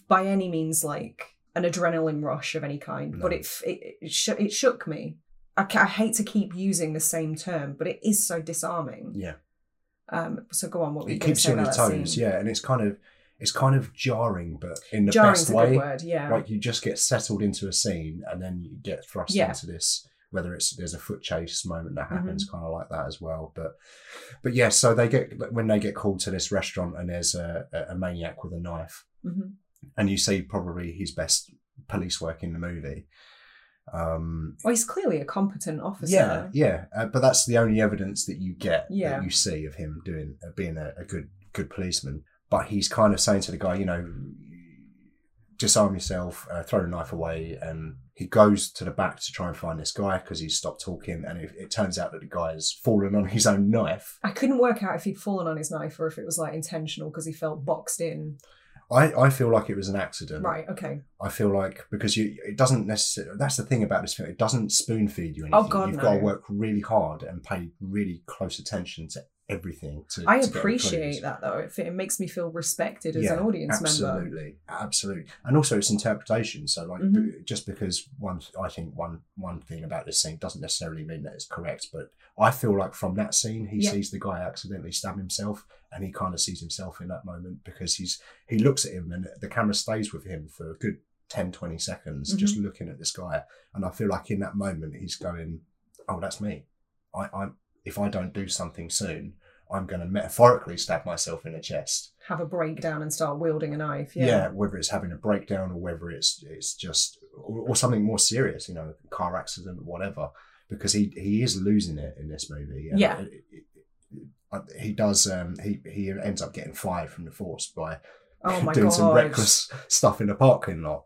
by any means like an adrenaline rush of any kind, but
No.
it f- it it, sh- it shook me. I, ca- I hate to keep using the same term, but it is so disarming.
yeah.
Um, so go on, what were you
it
going to
keeps
say
you on your
about that
toes
scene?
yeah and it's kind of it's kind of jarring but in the
Jarring's
best
a
way
good word. Yeah,
like you just get settled into a scene and then you get thrust
Yeah. Mm-hmm.
into this whether it's there's a foot chase moment that happens kind of like that as well but but yeah so they get when they get called to this restaurant and there's a, a- a maniac with a knife
Mhm.
and you see probably his best police work in the movie um
well, Oh, he's clearly a competent officer.
yeah yeah uh, but that's the only evidence that you get
Yeah.
that you see of him doing uh, being a, a good good policeman but he's kind of saying to the guy you know disarm yourself uh, throw the knife away and he goes to the back to try and find this guy because he's stopped talking and it, it turns out that the guy has fallen on his own knife
I couldn't work out if he'd fallen on his knife or if it was like intentional because he felt boxed in.
I, I feel like it was an accident.
Right. Okay.
I feel like because you it doesn't necessarily that's the thing about this film it doesn't spoon feed you anything.
Oh, God,
You've got to
no.
work really hard and pay really close attention to everything. To
I
to get
appreciate
included.
that though. It, it makes me feel respected as
Yeah,
an audience member.
Absolutely, absolutely, and also it's interpretation. So like
Mhm.
b- just because one I think one one thing about this scene doesn't necessarily mean that it's correct, but I feel like from that scene he
Yeah.
sees the guy accidentally stab himself and he kind of sees himself in that moment because he's he looks at him and the camera stays with him for a good 10 20 seconds just
Mm-hmm.
looking at this guy and I feel like in that moment he's going oh that's me I I if I don't do something soon I'm going to metaphorically stab myself in the chest
Have a breakdown and start wielding a knife.
yeah.
Yeah.
whether it's having a breakdown or whether it's it's just or, or something more serious, you know, car accident, whatever. Because he he is losing it in this movie. and
Yeah.
it- it- it- I- he does. Um, he he ends up getting fired from the force by [laughs]
Oh my
doing
god.
some reckless stuff in the parking lot.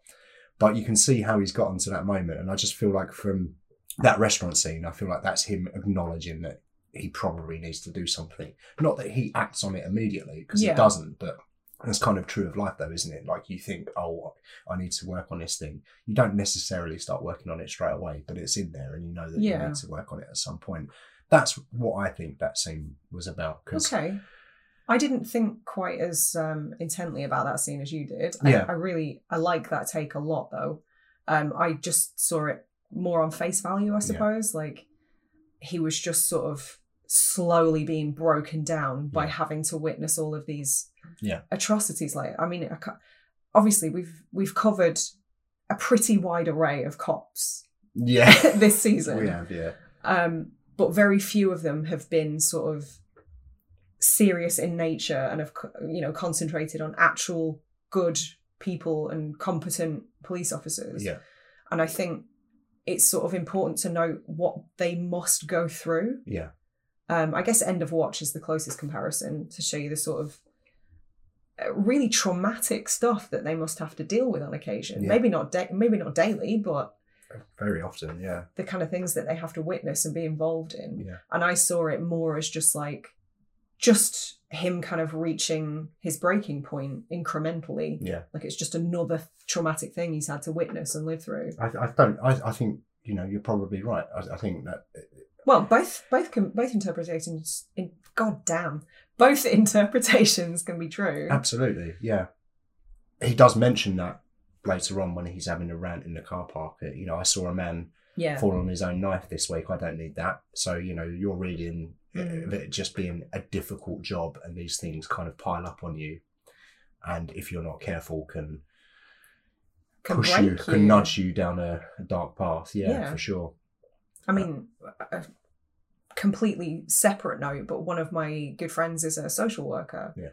But you can see how he's gotten to that moment, and I just feel like from that restaurant scene, I feel like that's him acknowledging that he probably needs to do something. Not that he acts on it immediately because
Yeah.
he doesn't, but that's kind of true of life, though, isn't it? Like you think, oh, I need to work on this thing. You don't necessarily start working on it straight away, but it's in there, and you know that
Yeah.
you need to work on it at some point. That's what I think that scene was about. 'cause
Okay. I didn't think quite as um, intently about that scene as you did.
Yeah.
I, I really I like that take a lot though. Um, I just saw it more on face value, I suppose. Like he was just sort of slowly being broken down by
Yeah.
having to witness all of these
Yeah.
atrocities. Like I mean, I ca- obviously we've we've covered a pretty wide array of cops
[laughs]
[laughs]
Yeah.
this season
we have, Oh, yeah.
um, but very few of them have been sort of serious in nature and have co- you know concentrated on actual good people and competent police officers.
Yeah.
And I think it's sort of important to know what they must go through.
Yeah.
Um, I guess End of Watch is the closest comparison to show you the sort of uh, really traumatic stuff that they must have to deal with on occasion.
Yeah.
Maybe not da- maybe not daily, but
Very often, yeah.
the kind of things that they have to witness and be involved in.
Yeah.
And I saw it more as just like, just him kind of reaching his breaking point incrementally.
Yeah.
Like it's just another traumatic thing he's had to witness and live through.
I, I don't, I, I think, you know, you're probably right. I, I think that,
Well, both both can both interpretations. In, God damn, both [laughs] interpretations can be true.
absolutely, yeah. He does mention that later on when he's having a rant in the car park. Uh, You know, I saw a man
Yeah.
fall on his own knife this week. I don't need that. So, you know, you're reading
Mm.
of it just being a difficult job and these things kind of pile up on you. And if you're not careful, can
Can
push
break
you, can nudge you down a, a dark path. Yeah,
Yeah.
for sure.
I mean, a completely separate note, but one of my good friends is a social worker.
Yeah.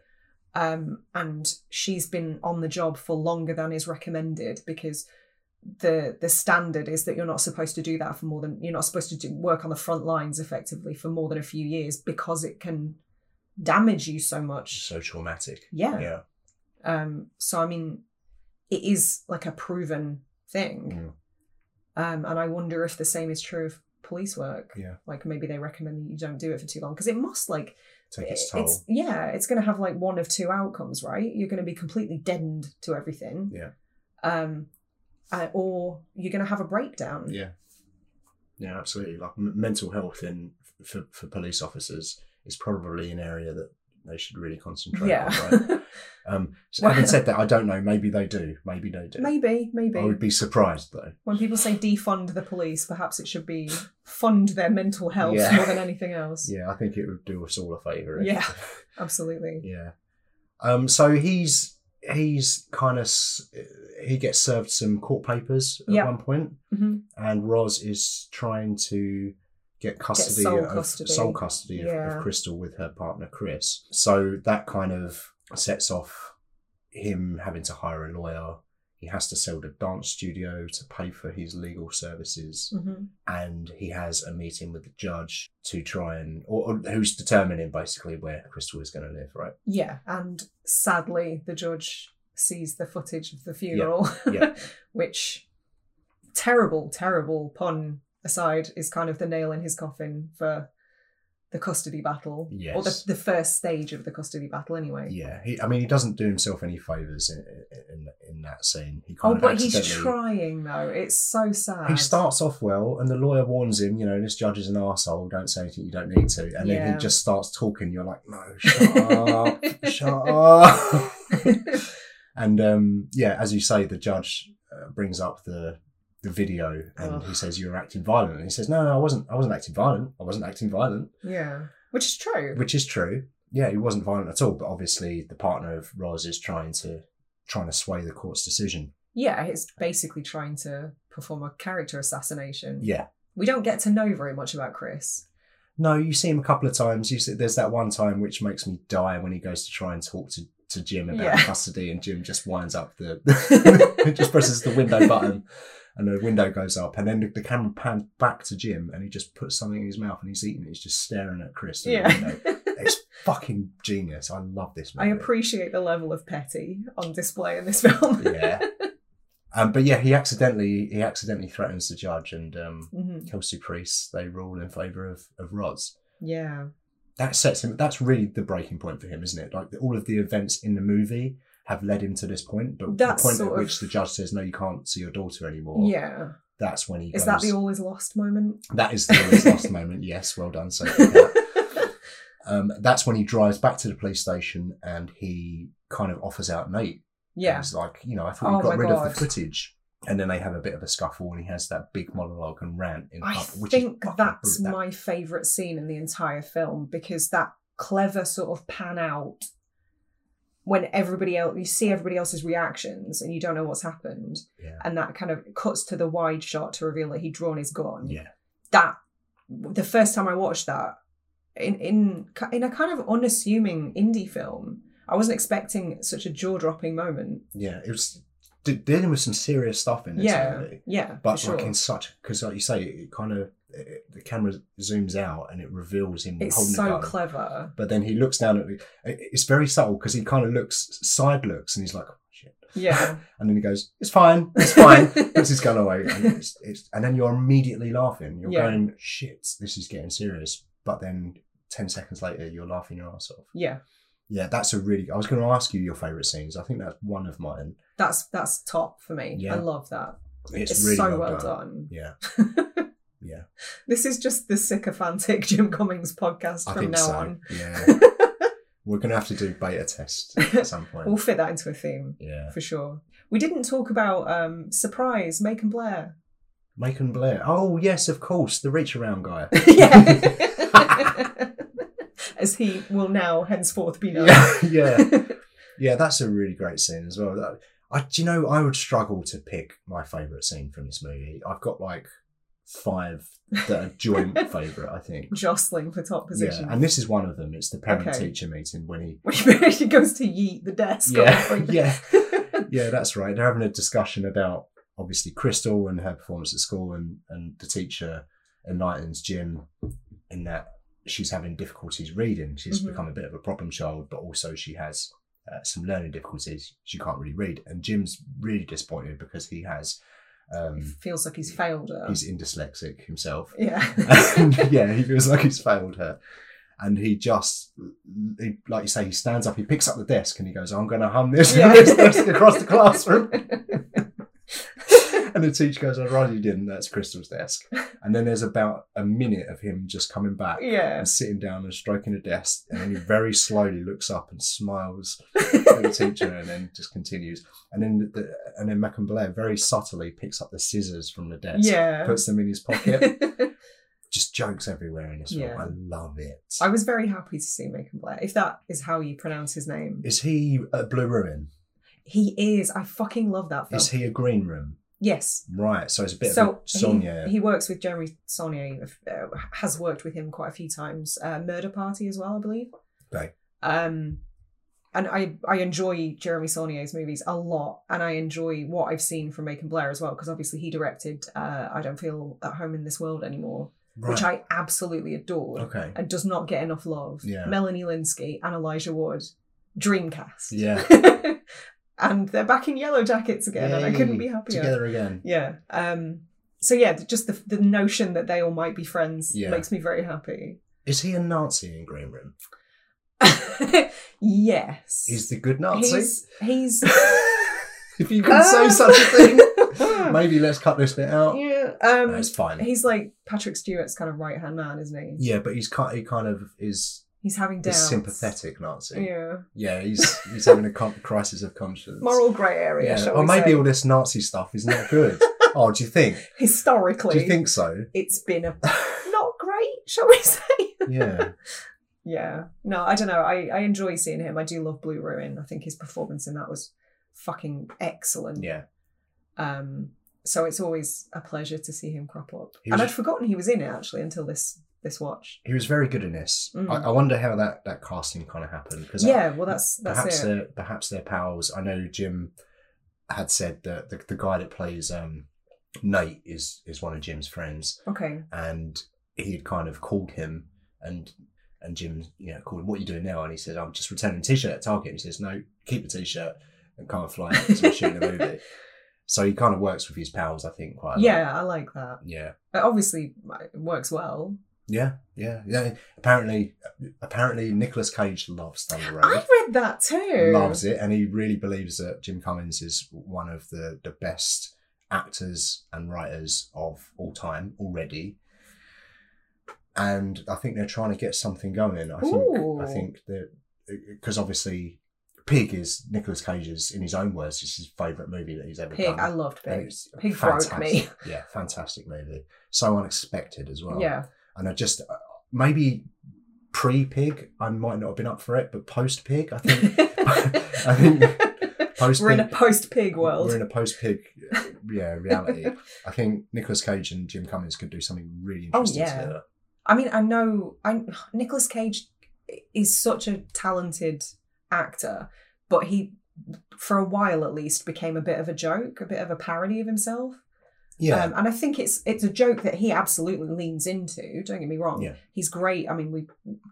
Um, and she's been on the job for longer than is recommended because the the standard is that you're not supposed to do that for more than you're not supposed to do, work on the front lines effectively for more than a few years because it can damage you so much.
So traumatic.
Yeah.
Yeah.
Um, so I mean, it is like a proven thing. Um, and I wonder if the same is true of police work.
Mm. Yeah.
Like maybe they recommend that you don't do it for too long because it must like
Take its
it-
toll.
yeah, it's going to have like one of two outcomes, right? You're going to be completely deadened to everything.
Yeah.
Um, uh, or you're going to have a breakdown.
Yeah. Yeah, absolutely. Like m- mental health in for, for police officers is probably an area that they should really concentrate
Yeah.
on.
[laughs]
Right? Um, so
Well-
having said that, I don't know. Maybe they do. Maybe they do.
maybe, maybe.
I would be surprised though.
When people say defund the police, perhaps it should be fund their mental health
Yeah.
more than anything else.
[laughs] Yeah, I think it would do us all a eh? favour. if- [laughs]
Yeah. Absolutely.
yeah. Um, so he's he's kind of he gets served some court papers at
Yeah.
one point,
hmm
and Roz is trying to get custody
sole
of
custody.
sole custody of,
Yeah.
of Crystal with her partner Chris. So that kind of sets off him having to hire a lawyer. He has to sell the dance studio to pay for his legal services,
hmm
and he has a meeting with the judge to try and, or, or who's determining basically where Crystal is going to live, right?
Yeah, and sadly, the judge sees the footage of the funeral,
yeah.
[laughs] which terrible, terrible pun aside is kind of the nail in his coffin for the the custody battle, or the,
Yes.
the first stage of the custody battle, anyway.
Yeah, he, I mean, he doesn't do himself any favors in in, in that scene. He kind
Oh,
of
but he's
accidentally-
trying though. It's so sad. [laughs]
He starts off well, and the lawyer warns him, you know, this judge is an asshole. Don't say anything you don't need to. And then
Yeah.
he just starts talking. You're like,
[laughs]
no, shut up, shut up. and um, yeah, as you say, the judge uh, brings up the the video, and he
Ugh.
says you're acting violent. And he says, no, no, I wasn't. I wasn't acting violent. I wasn't acting violent,
yeah, which is true.
which is true. Yeah, he wasn't violent at all. But obviously, the partner of Roz is trying to trying to sway the court's decision.
yeah, it's basically trying to perform a character assassination.
Yeah.
We don't get to know very much about Chris.
No, you see him a couple of times. You see, there's that one time which makes me die when he goes to try and talk to, to Jim about
Yeah.
custody, and Jim just winds up the [laughs] just presses the window button, and the window goes up, and then the, the camera pans back to Jim, and he just puts something in his mouth, and he's eating it. He's just staring at Chris. Through the
[laughs]
window. It's fucking genius. I love this.
I
Movie.
appreciate the level of petty on display in this [laughs] film.
Yeah. [laughs] Um, but yeah, he accidentally he accidentally threatens the judge, and um,
hmm
Kelsey Priest they rule in favour of of Roz.
Yeah.
that sets him that's really the breaking point for him isn't it like all of the events in the movie have led him to this point but
That's
the point
sort
at
of-
which the judge says no you can't see your daughter anymore
yeah.
that's when he
Is
goes-
that the all is lost moment?
that is the
[laughs]
always last moment yes well done so that. um, that's when he drives back to the police station and he kind of offers out nate
yeah.
he's like you know i thought
Oh
you got
my
rid of
God.
the footage and then they have a bit of a scuffle and he has that big monologue and rant in the
I
pub, which is
think
fucking
that's
brilliant. That-
my favourite scene in the entire film because that clever sort of pan out when everybody else you see everybody else's reactions and you don't know what's happened
yeah
and that kind of cuts to the wide shot to reveal that he'd drawn his gun
yeah
that the first time I watched that in in in a kind of unassuming indie film, I wasn't expecting such a jaw dropping moment.
yeah it was de- dealing with some serious stuff in this
yeah,
movie
yeah,
but
for sure.
like in such because like you say it kind of it, the camera zooms out and it reveals him holding
it's
the
so
gun.
clever.
but then he looks down at the, it- it's very subtle because he kind of looks side looks and he's like "Oh, shit
Yeah,
and then he goes it's fine [laughs] it's
[laughs]
fine puts his gun away and, it's, it's, and then you're immediately laughing you're
Yeah.
going shit this is getting serious but then 10 seconds later you're laughing your ass off
yeah.
yeah that's a really i was going to ask you your favorite scenes i think that's one of mine
That's that's top for me.
Yeah.
I love that.
it's, really
so
well,
done.
done.
[laughs]
yeah yeah
This is just the sycophantic [laughs] Jim Cummings podcast
I
from
think
now
so.
on.
Yeah. We're gonna have to do beta tests at some point.
We'll fit that into a theme
yeah.
for sure. We didn't talk about um, surprise, Make and Blair.
Mike and Blair. Oh yes, of course, the reach around guy. [laughs]
yeah. [laughs] As he will now henceforth be known.
yeah, [laughs] yeah. Yeah, that's a really great scene as well. That- I do you know I would struggle to pick my favourite scene from this movie. I've got like five that are
[laughs]
joint favourite, I think.
[laughs] jostling for top position.
Yeah, and this is one of them. It's the parent
Okay.
teacher meeting when he
[laughs] when he [laughs] she goes to yeet the desk. or
Yeah,
something. [laughs]
yeah. yeah, that's right. They're having a discussion about obviously Crystal and her performance at school, and and the teacher enlightens Jim in that she's having difficulties reading. She's
Mhm.
become a bit of a problem child, but also she has uh, some learning difficulties. She can't really read, and Jim's really disappointed because he has
It
um,
feels like he's uh, failed her.
he's in dyslexic himself. [laughs] And,
yeah.
yeah, he feels like he's failed her. And he just, he, like you say, he stands up, he picks up the desk and he goes, I'm going to hum this,
Yeah.
this, this across the classroom. And the teacher goes, I'd rather you didn't. That's Crystal's desk. And then there's about a minute of him just coming
[laughs]
back
yeah.
and sitting down and stroking the desk. And then he very slowly looks up
[laughs]
and smiles at the teacher and then just continues. And then, the, and then Mac and Blair very subtly picks up the scissors from the desk,
Yeah.
puts them in his pocket just jokes everywhere in this
Yeah.
film. I love it.
[laughs]
Is
I was very happy to see Make and Blair, if that is how you pronounce his name.
he a blue ruin?
He is. I fucking love that film.
Is he a green room?
yes.
Right. So it's a bit of
Oh. So
a song, yeah.
he, he works with Jeremy Saulnier, uh, has worked with him quite a few times. Uh, Murder Party as well, I believe.
Right.
um and I, I enjoy Jeremy Saulnier's movies a lot, and I enjoy what I've seen from Macon Blair as well, because obviously he directed uh, I Don't Feel at Home in This World Anymore,
right.
which I absolutely adored
okay.
and does not get enough love.
Yeah.
Melanie Linsky and Elijah Wood, Dreamcast.
Yeah.
[laughs] and they're back in Yellow Jackets again, and I couldn't be
Yay.
happier.
Together again.
Yeah. Um, so, yeah, just the, the notion that they all might be friends
Yeah.
makes me very happy. [laughs]
Is he a Nazi in Green Room?
yes.
He's the good Nazi.
He's, he's
[laughs] if you can
[laughs]
say
Um.
such a thing. Maybe let's cut this bit out.
yeah.
No,
Um,
it's fine.
he's like Patrick Stewart's kind of right hand man, isn't he?
yeah, but he's kind. He kind of is.
He's having
Is
doubts.
sympathetic Nazi.
Yeah.
Yeah, he's he's having a con- crisis of conscience.
Moral grey area.
yeah.
Shall
Or
we
maybe
say.
all this Nazi stuff is not
[laughs]
good. oh, do you think? Do
historically,
you think so?
[laughs] it's been
[laughs]
a not great, shall we say?
Yeah.
yeah. No, I don't know. I, I enjoy seeing him. I do love Blue Ruin. I think his performance in that was fucking excellent.
Yeah.
Um, so it's always a pleasure to see him crop up.
He
and
was-
I'd forgotten he was in it actually until this this watch.
He was very good in this.
Mm.
I, I wonder how that that casting kind of happened because
Yeah, well that's that's
perhaps
it.
their perhaps their pals. I know Jim had said that the, the guy that plays um, Nate is is one of Jim's friends,
Okay.
and he had kind of called him and and Jim you know called him, "What are you doing now?" And he said, "I'm just returning a t-shirt at Target." And he says, "No, keep the t-shirt and can't fly it because we're shooting
[laughs]
a movie." So he kind of works with his pals, I think, quite a lot.
yeah, I like that.
yeah.
It obviously uh, it works well.
Yeah, yeah, yeah. Apparently, apparently, Nicolas Cage loves Thunder Road.
I read that too.
loves it, and he really believes that Jim Cummins is one of the the best actors and writers of all time already. And I think they're trying to get something going. I think I
Ooh.
think that because obviously Pig is Nicolas Cage's, in his own words, is his favourite movie that he's ever
Pig,
done.
I loved
And
Pig.
it's
Pig broke [laughs] me.
fantastic. Yeah, fantastic movie. So unexpected as well
Yeah.
and I just uh, maybe pre pig I might not have been up for it, but post pig [laughs] I think
[laughs]
I think post
We're in a
pig
post pig world.
We're in a post pig yeah reality. I think Nicolas Cage and Jim Cummins could do something really
Oh,
interesting
yeah.
together.
I mean, I know I [sighs] Nicolas Cage is such a talented actor, but he for a while at least became a bit of a joke, a bit of a parody of himself.
Yeah,
Um, and I think it's it's a joke that he absolutely leans into. Don't get me wrong.
Yeah.
He's great. I mean, we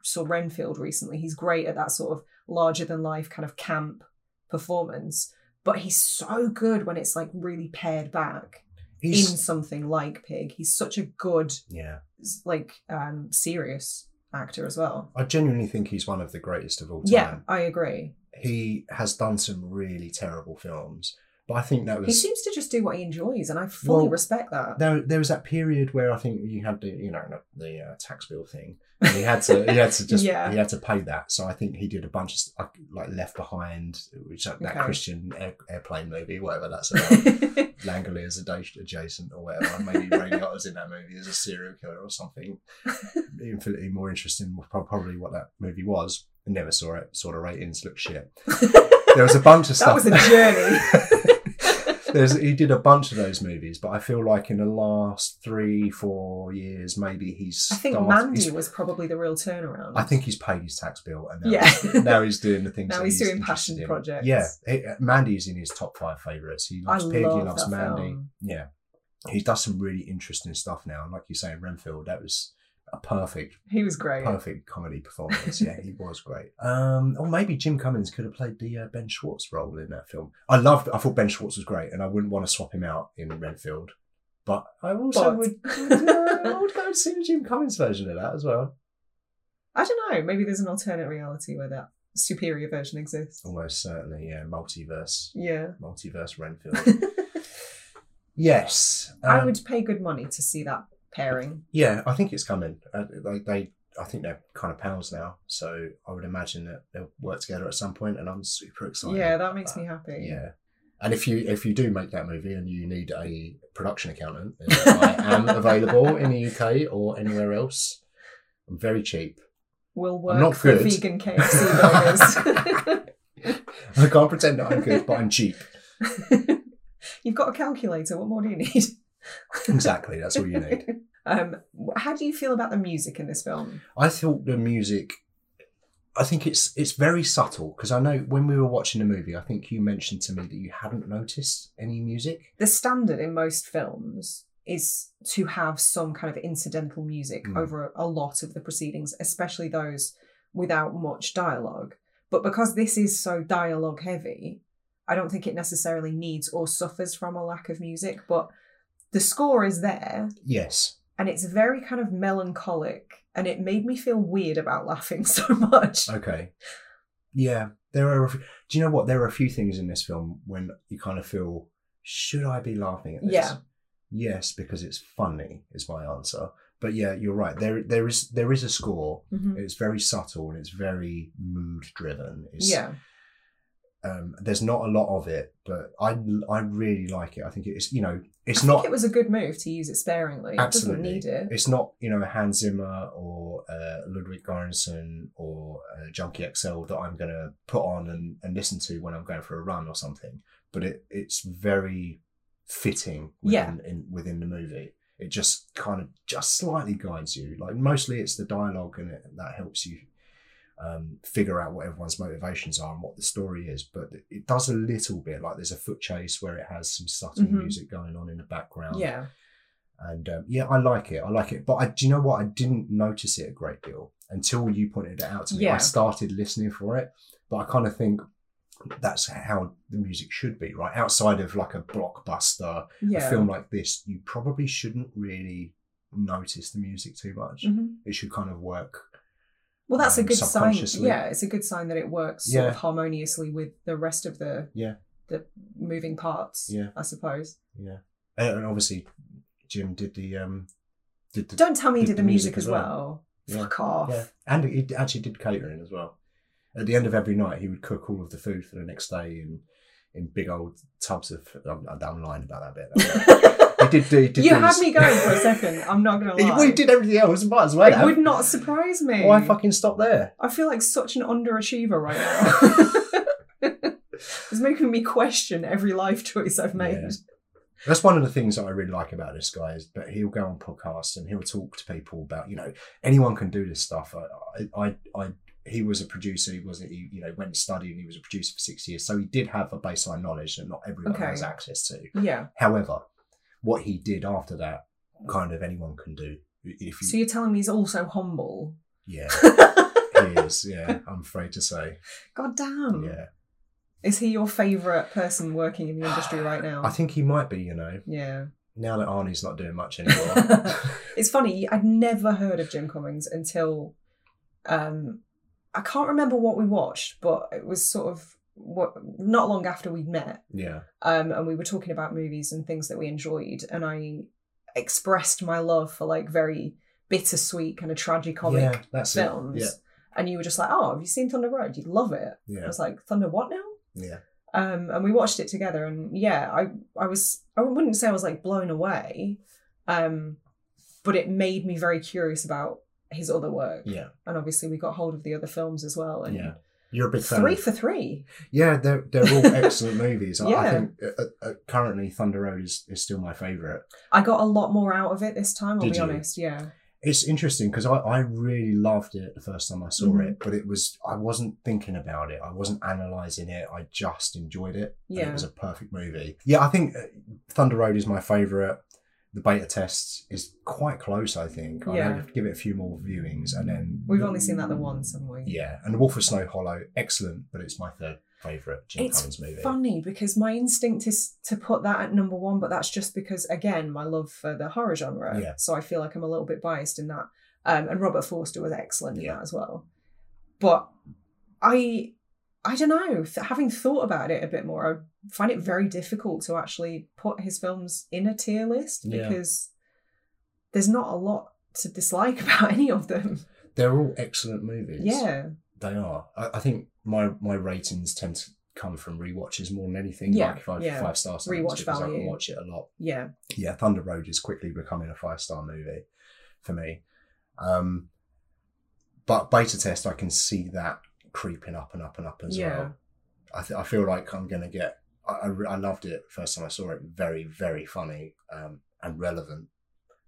saw Renfield recently. He's great at that sort of larger than life kind of camp performance. But he's so good when it's like really pared back
he's
in something like Pig. He's such a good
yeah.
s- like um serious actor as well.
I genuinely think he's one of the greatest of all time.
Yeah, I agree.
He has done some really terrible films, but I think that
He
was
seems to just do what he enjoys, and I fully
Well,
respect that.
there, there was that period where I think you had the you know the uh, tax bill thing. And he had to he had to just
Yeah.
he had to pay that. So I think he did a bunch of stuff, like Left Behind, which uh, that, that
Okay.
Christian air, airplane movie, whatever
[laughs]
that's about. Langoliers adja- adjacent or whatever. And Maybe
[laughs]
Ray Liotta's in that movie as a serial killer or something. Infinitely more interesting, was prob- probably what that movie was. I never saw it. Saw the ratings look shit. There was a bunch
[laughs]
of
that
stuff.
was a journey.
[laughs] There's, he did a bunch of those movies, but I feel like in the last three, four years, maybe he's.
[laughs] I think
started-
Mandy
he's-
was probably the real turnaround.
I think he's paid his tax bill, and now,
Yeah.
[laughs] now he's doing the things.
Now
that
he's doing
interested
passion
in.
projects.
Yeah, he, Mandy's in his top five favorites. He
I
loves Pig. he
love
loves
that
Mandy.
film.
Yeah, he does some really interesting stuff now, and like you say in Renfield, that was a perfect,
he was great.
perfect comedy performance. yeah, he was great. Um, or maybe Jim Cummins could have played the uh, Ben Schwartz role in that film. I loved. I thought Ben Schwartz was great, and I wouldn't want to swap him out in Renfield. But I also
But- [laughs]
would. uh, I would go and see the Jim Cummins version of that as well.
I don't know. Maybe there's an alternate reality where that superior version exists.
Almost certainly, yeah. Multiverse,
Yeah,
multiverse Renfield.
[laughs]
yes,
I
um,
would pay good money to see that
[laughs]
pairing.
Yeah, I think it's coming. Uh, they, they, I think they're kind of pals now, so I would imagine that they'll work together at some point, and I'm super excited.
Yeah, that makes
about
me happy.
Yeah, and if you if you do make that movie and you need a production accountant, then I am available in the UK or anywhere else. I'm very cheap.
We'll
I'm not
work for
good.
vegan
[laughs]
KFC
I can't pretend that I'm good, but I'm cheap.
burgers. [laughs] You've got a calculator. What more do you need?
Exactly, that's all you need.
[laughs] Um, how do you feel about the music in this film?
I thought the music. I think it's it's very subtle because I know when we were watching the movie, I think you mentioned to me that you hadn't noticed any music.
The standard in most films is to have some kind of incidental music
Mm.
over a lot of the proceedings, especially those without much dialogue. But because this is so dialogue heavy, I don't think it necessarily needs or suffers from a lack of music, but the score is there.
Yes,
and it's very kind of melancholic and it made me feel weird about laughing [laughs] so much.
Okay. Yeah, there are. a f- Do you know what? There are a few things in this film when you kind of feel, should I be laughing at this?
Yeah.
Yes, because it's funny is my answer. But yeah, you're right. There, there is, there is a score.
Mhm.
It's very subtle and it's very mood driven. It's,
Yeah.
Um, there's not a lot of it, but I, I really like it. I think it's, you know, it's
I
not.
think it was a good move to use it sparingly.
Absolutely.
It doesn't need it.
It's not, you know, Hans Zimmer or uh, Ludwig Göransson or uh, Junkie XL that I'm going to put on and, and listen to when I'm going for a run or something. But it it's very fitting within, in, within the movie. It just kind of just slightly guides you. Like mostly it's the dialogue and it, that helps you um, figure out what everyone's motivations are and what the story is. But it does a little bit. Like there's a foot chase where it has some subtle
Mhm.
music going on in the background
Yeah.
and um, yeah, I like it. I like it, but I, do you know what? I didn't notice it a great deal until you pointed it out to me.
Yeah.
I started listening for it, but I kind of think that's how the music should be, right? Outside of like a blockbuster,
Yeah.
a film like this, you probably shouldn't really notice the music too much.
Mhm.
It should kind of work.
Well, that's
um,
a good sign.
subconsciously.
Yeah, it's a good sign that it works sort
Yeah.
of harmoniously with the rest of the
Yeah.
the moving parts.
Yeah.
I suppose.
Yeah, and and obviously Jim did the um did the
Don't tell me you
The-
did the,
the
music,
music
as
as
well.
Yeah.
Fuck off.
Yeah, and he actually did catering as well. At the end of every night, he would cook all of the food for the next day in in big old tubs of. I'm, I'm lying about that
[laughs]
bit. [laughs] he did do. He did
you
do
had
this-
me going for a second.
[laughs]
I'm not gonna
He-
lie.
well, he did Oh, everything else. Might as well.
It
have.
would not surprise me.
Why fucking stop there?
I feel like such an underachiever right now.
[laughs]
[laughs] it's making me question every life choice I've made.
Yeah. That's one of the things that I really like about this guy is that he'll go on podcasts and he'll talk to people about you know anyone can do this stuff. I I I, I he was a producer. He wasn't. He you know went and studied and he was a producer for six years. So he did have a baseline knowledge that not everyone
Okay.
has access to.
yeah.
However, what he did after that, kind of anyone can do. If
So
you,
you're telling me he's also humble?
yeah,
God
he is.
[laughs]
Yeah, I'm afraid to say.
damn.
Yeah,
Is he your favourite person working in the industry
[sighs]
right now?
I think he might be. You know,
yeah.
now that Arnie's not doing much
[laughs]
anymore.
It's funny, I'd never heard of Jim Cummings until um I can't remember what we watched, but it was sort of what not long after we'd met.
yeah,
um, and we were talking about movies and things that we enjoyed, and I expressed my love for like very bittersweet kind of tragic comic
yeah, that's
films.
it.
And you were just like, "Oh, have you seen Thunder Road? You'd love it."
Yeah,
I
yeah,
was like, "Thunder what now?"
yeah.
Um, and we watched it together, and yeah, I I was I wouldn't say I was like blown away, um, but it made me very curious about his other work.
Yeah,
And obviously, we got hold of the other films as well. And
yeah. You're a big fan.
three
of-
for three.
yeah, they're they're
[laughs]
all excellent movies. I, I
Yeah.
think uh, uh, currently Thunder Road is, is still my favorite.
I got a lot more out of it this time. I'll
Did
be
you?
honest. Yeah.
it's interesting because I, I really loved it the first time I saw
Mm-hmm.
it, but it was I wasn't thinking about it. I wasn't analyzing it. I just enjoyed it. and
Yeah.
it was a perfect movie. Yeah, I think uh, Thunder Road is my favorite. The beta test is quite close. I think. I'd
Yeah.
have to give it a few more viewings, and then
We've only seen that the once, haven't we?
Yeah, and Wolf of Snow Hollow, excellent, but it's my third favorite Jim
It's
Cummings movie.
funny because my instinct is to put that at number one, but that's just because, again, my love for the horror genre.
Yeah.
So I feel like I'm a little bit biased in that. Um, and Robert Forster was excellent in
Yeah.
that as well. But I, I don't know. th- Having thought about it a bit more, I find it very difficult to actually put his films in a tier list
Yeah.
because there's not a lot to dislike [laughs] about any of them.
They're all excellent movies.
Yeah.
They are. I, I think my my ratings tend to come from rewatches more than anything.
Yeah,
like if I
yeah.
five star something,
Rewatch
it's because I
value.
can watch it a lot.
Yeah.
Yeah, Thunder Road is quickly becoming a five star movie for me. Um, but beta test, I can see that creeping up and up and up as
Yeah.
well. I th- I feel like I'm gonna get. I, I, re- I loved it first time I saw it. Very very funny um, and relevant.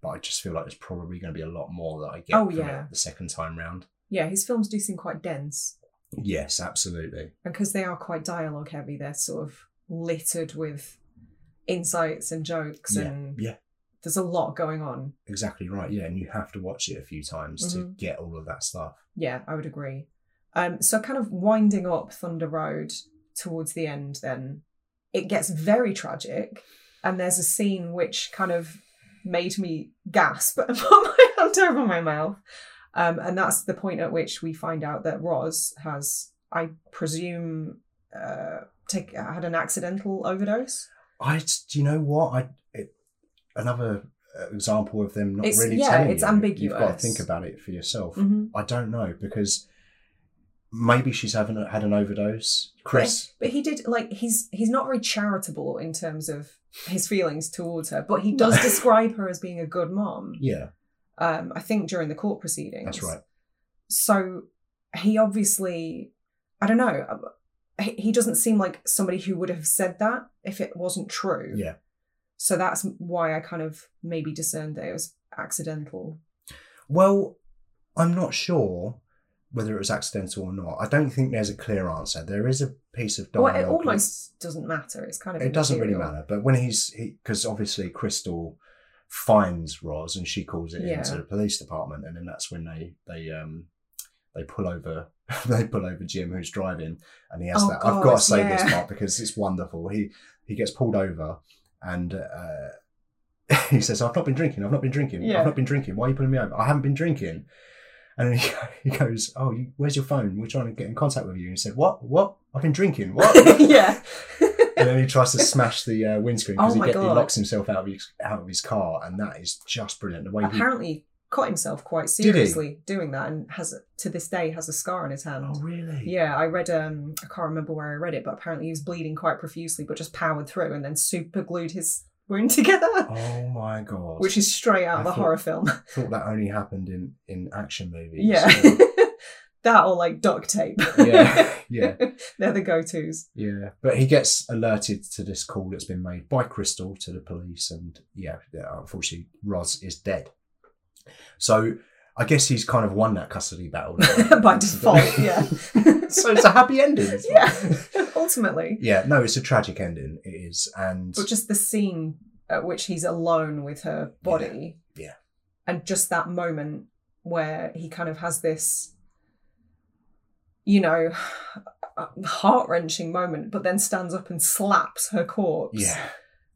But I just feel like there's probably going to be a lot more that I get
Oh,
from
yeah.
it the second time round.
Yeah. His films do seem quite dense.
Yes, absolutely.
and because they are quite dialogue heavy, they're sort of littered with insights and jokes,
Yeah,
and
yeah.
there's a lot going on.
Exactly right. Yeah, and you have to watch it a few times to
Mhm.
get all of that stuff.
Yeah, I would agree. Um, so kind of winding up Thunder Road towards the end, then it gets very tragic, and there's a scene which kind of made me gasp [laughs] and put my hand over my mouth. Um, and that's the point at which we find out that Roz has, I presume, uh, take, had an accidental overdose.
I do you know what I it, another uh, example of them not
It's-
really
yeah,
telling
it's
you. You've got to
ambiguous.
think about it for yourself.
Mhm.
I don't know because maybe she's having had an overdose. Chris,
But he did like he's he's not very charitable in terms of his feelings towards her, but he
No. [laughs]
does describe her as being a good mom.
yeah,
um, I think during the court proceedings.
that's right.
So he obviously, I don't know, uh, he he doesn't seem like somebody who would have said that if it wasn't true.
Yeah,
So that's why I kind of maybe discerned that it was accidental.
Well, I'm not sure whether it was accidental or not. I don't think there's a clear answer. There is a piece of
Well,
dialogue.
it
that-
almost doesn't matter. It's kind of
it doesn't really
immaterial.
matter. But when he's because obviously Crystal finds Roz and she calls it
Yeah.
into the police department, and then that's when they they um they pull over [laughs] they pull over Jim who's driving, and he has
Oh,
that. I've got to
God,
say this
yeah.
part because it's wonderful. He he gets pulled over and. uh [laughs] he says, "I've not been drinking. I've not been drinking.
Yeah.
I've not been drinking. Why are you pulling me over? I haven't been drinking." And then he, [laughs] he goes, "Oh, you, where's your phone? We're trying to get in contact with you." And he said, "What? What? I've been drinking.
[laughs]
What?"
yeah.
and then he tries to smash the uh, windscreen because
Oh
he,
my
get- he
God.
locks himself out of his out of his car, and that is just brilliant. The way he
Apparently caught himself quite
he?
seriously doing that and has to this day has a scar on his hand.
oh really
Yeah, I read um I can't remember where I read it, but apparently he was bleeding quite profusely, but just powered through and then super glued his wound [laughs] together.
oh my god
Which is straight out
I
of the
thought-
horror film.
thought that only happened in in action movies
yeah.
So,
[laughs] that or like duct tape. [laughs]
yeah yeah
They're the go tos.
yeah but he gets alerted to this call that's been made by Crystal to the police and yeah yeah, unfortunately Roz is dead so I guess he's kind of won that custody battle
[laughs] [laughs]
now.
By default, yeah.
[laughs] so it's a happy ending as well.
yeah.
[laughs]
[laughs] Ultimately.
yeah no it's a tragic ending it is and
But just the scene at which he's alone with her body.
Yeah, yeah.
And just that moment where he kind of has this, you know, [sighs] heart wrenching moment, but then stands up and slaps her corpse.
Yeah.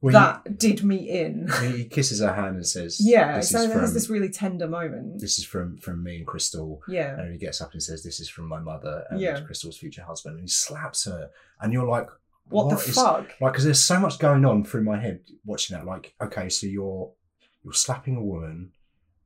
Well,
that did me
[laughs]
in.
he, he kisses her hand and says,
Yeah.
this
so
is from
there's this really tender moment.
this is from from me and Crystal."
Yeah.
And he gets up and says, "This is from my mother and
Yeah.
Crystal's future husband," and he slaps her, and you're like,
What, the
is-
fuck?
Like, because there's so much going on through my head watching that. Like, okay, so you're you're slapping a woman,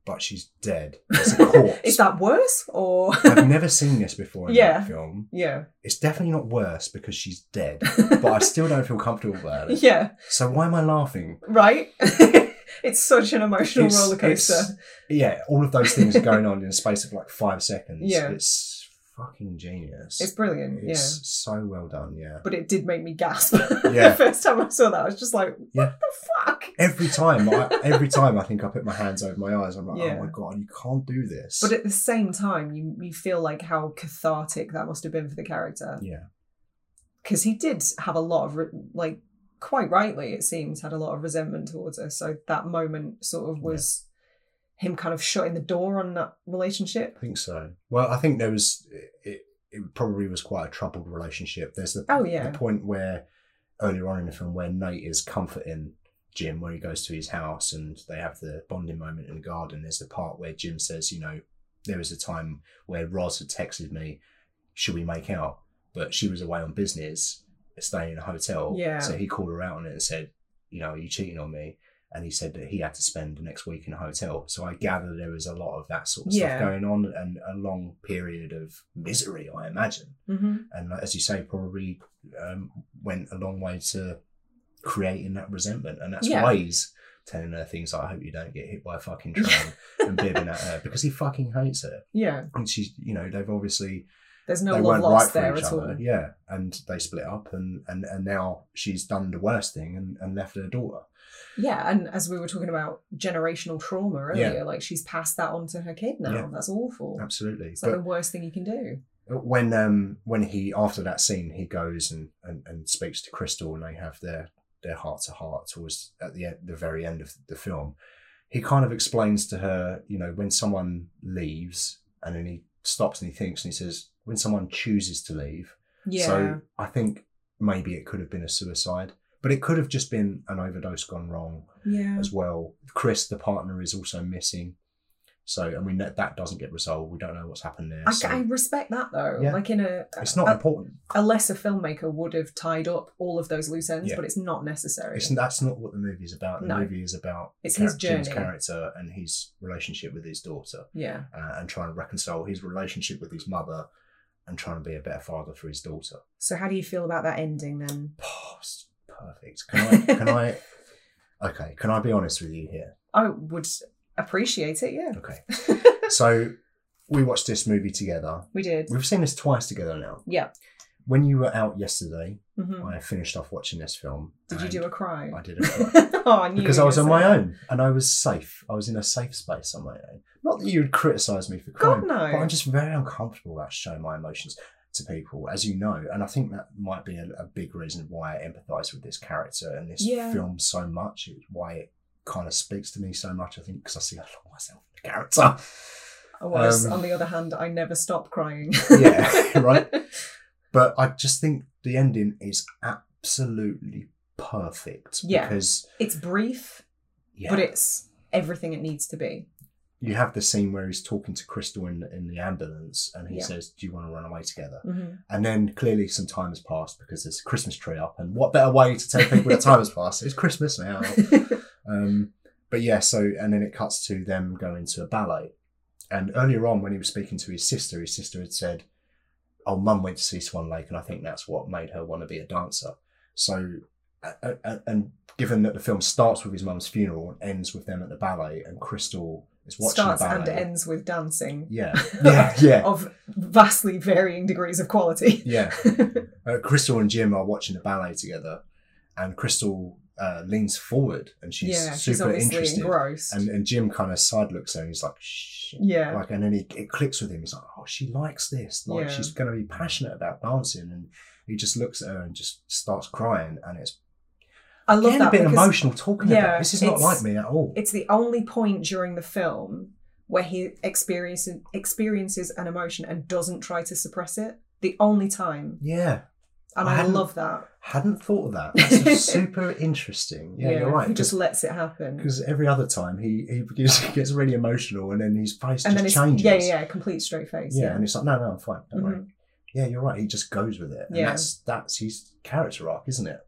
but she's dead.
[laughs]
It's a corpse.
Is that worse or? [laughs]
I've never seen this before in
Yeah.
that film.
yeah.
It's definitely not worse because she's dead, but I still don't feel comfortable about
[laughs]
it.
yeah.
So why am I laughing?
Right? [laughs] it's such an emotional
It's-
roller coaster.
it's- yeah, all of those things are going on in a space of like five seconds.
Yeah.
It's fucking genius.
It's brilliant.
It's
yeah.
so well done, yeah.
but it did make me gasp [laughs]
Yeah.
the first time I saw that. I was just like, what
Yeah.
the fuck?
Every time, I, every time I think I put my hands over my eyes, I'm like,
Yeah.
oh my god, you can't do this.
But at the same time, you, you feel like how cathartic that must have been for the character.
yeah,
Because he did have a lot of, re- like, quite rightly, it seems, had a lot of resentment towards her. So that moment sort of was him kind of shutting the door on that relationship.
I think so. Well, I think there was it. It probably was quite a troubled relationship. There's the
Oh, yeah.
the point where earlier on in the film where Nate is comforting Jim when he goes to his house and they have the bonding moment in the garden. There's the part where Jim says, you know, there was a time where Roz had texted me, should we make out? But she was away on business, staying in a hotel.
Yeah.
So he called her out on it and said, you know, are you cheating on me? And he said that he had to spend the next week in a hotel. So I gather there was a lot of that sort of
Yeah.
stuff going on and a long period of misery, I imagine.
Mm-hmm.
And like, as you say, probably um, went a long way to creating that resentment. And that's
Yeah.
why he's telling her things like, I hope you don't get hit by a
[laughs]
fucking train and bibbing at her because he fucking hates her.
Yeah.
And she's, you know, they've obviously
There's no
they
love
weren't
lost
right
there
for each
at
other.
all.
Yeah, and they split up, and and and now she's done the worst thing and, and left her daughter.
Yeah, and as we were talking about generational trauma
Yeah.
earlier, like she's passed that on to her kid now.
Yeah.
That's awful.
Absolutely.
It's like the worst thing you can do.
But when um when he after that scene he goes and and, and speaks to Crystal and they have their their heart to heart towards at the end, the very end of the film, he kind of explains to her, you know, when someone leaves and then he stops and he thinks and he says, when someone chooses to leave,
Yeah.
So I think maybe it could have been a suicide But it could have just been an overdose gone wrong
Yeah.
as well. Chris, the partner, is also missing. So, and we know that doesn't get resolved. We don't know what's happened there.
I,
so
I respect that though.
Yeah.
Like in a,
it's not
a,
important.
a lesser filmmaker would have tied up all of those loose ends,
Yeah.
but it's not necessary.
It's, that's not what the movie is about. The
No.
movie is about
It's his
Jim's
journey.
character and his relationship with his daughter
yeah.
uh, and trying to reconcile his relationship with his mother and trying to be a better father for his daughter.
So how do you feel about that ending then?
Oh, it's perfect. Can I, can
[laughs]
I, okay, can I be honest with you here?
I would appreciate it. Yeah. [laughs]
Okay. So, we watched this movie together.
we did.
We've seen this twice together now.
Yeah.
When you were out yesterday,
hmm
I finished off watching this film.
Did you do a cry? [laughs]
I did a cry.
oh, I knew
because
you
I
were
was on
saying
my
that.
own and I was safe. I was in a safe space on my own. Not that you'd criticise me for crying,
[laughs] God no.
but I'm just very uncomfortable about showing my emotions to people, as you know. And I think that might be a, a big reason why I empathise with this character and this
Yeah.
film so much. It's why it kind of speaks to me so much. I think because I see a lot of myself in the character.
I was,
um,
on the other hand, I never stop crying.
[laughs]
[laughs]
Yeah, right? But I just think the ending is absolutely perfect
Yeah.
because
It's brief,
yeah.
but it's everything it needs to be.
you have the scene where he's talking to Crystal in, in the ambulance and he
Yeah.
says, Do you want to run away together?
Mhm.
And then clearly some time has passed because there's a Christmas tree up. And what better way to tell people that time has passed? It's Christmas now.
[laughs]
um, but yeah, so, and then it cuts to them going to a ballet. And earlier on, when he was speaking to his sister, his sister had said, Oh, mum went to see Swan Lake, and I think that's what made her want to be a dancer. So, a- a- a- and given that the film starts with his mum's funeral and ends with them at the ballet, and Crystal is watching
Starts
the ballet.
and ends Oh. with dancing [laughs]
Yeah, yeah, yeah,
of vastly varying degrees of quality. [laughs]
yeah. Uh, Crystal and Jim are watching the ballet together, and Crystal uh, leans forward and she's
[laughs] yeah,
super
she's obviously
interested.
engrossed.
And and Jim kind of side looks at her and he's like, Shh.
yeah,
Like, and then he, it clicks with him. He's like, oh, she likes this. Like,
Yeah.
she's going to be passionate about dancing. And he just looks at her and just starts crying. And it's
I love
getting
that
a bit
because
emotional talking about
yeah,
it. This is not
it's-
like me at all.
it's the only point during the film where he experiences experiences an emotion and doesn't try to suppress it. The only time,
Yeah.
and
I
I,
hadn't-
love that.
Hadn't thought
[laughs]
of that. That's super interesting. Yeah, you're right.
He just lets it happen,
because every other time he he gets, gets really emotional and then his face
and then it's
just changes.
yeah, yeah, yeah, complete straight face.
Yeah,
Yeah,
and it's like, no, no, I'm fine. Don't worry.
Mhm.
Yeah, you're right. He just goes with it. And
Yeah.
that's that's his character arc, isn't it?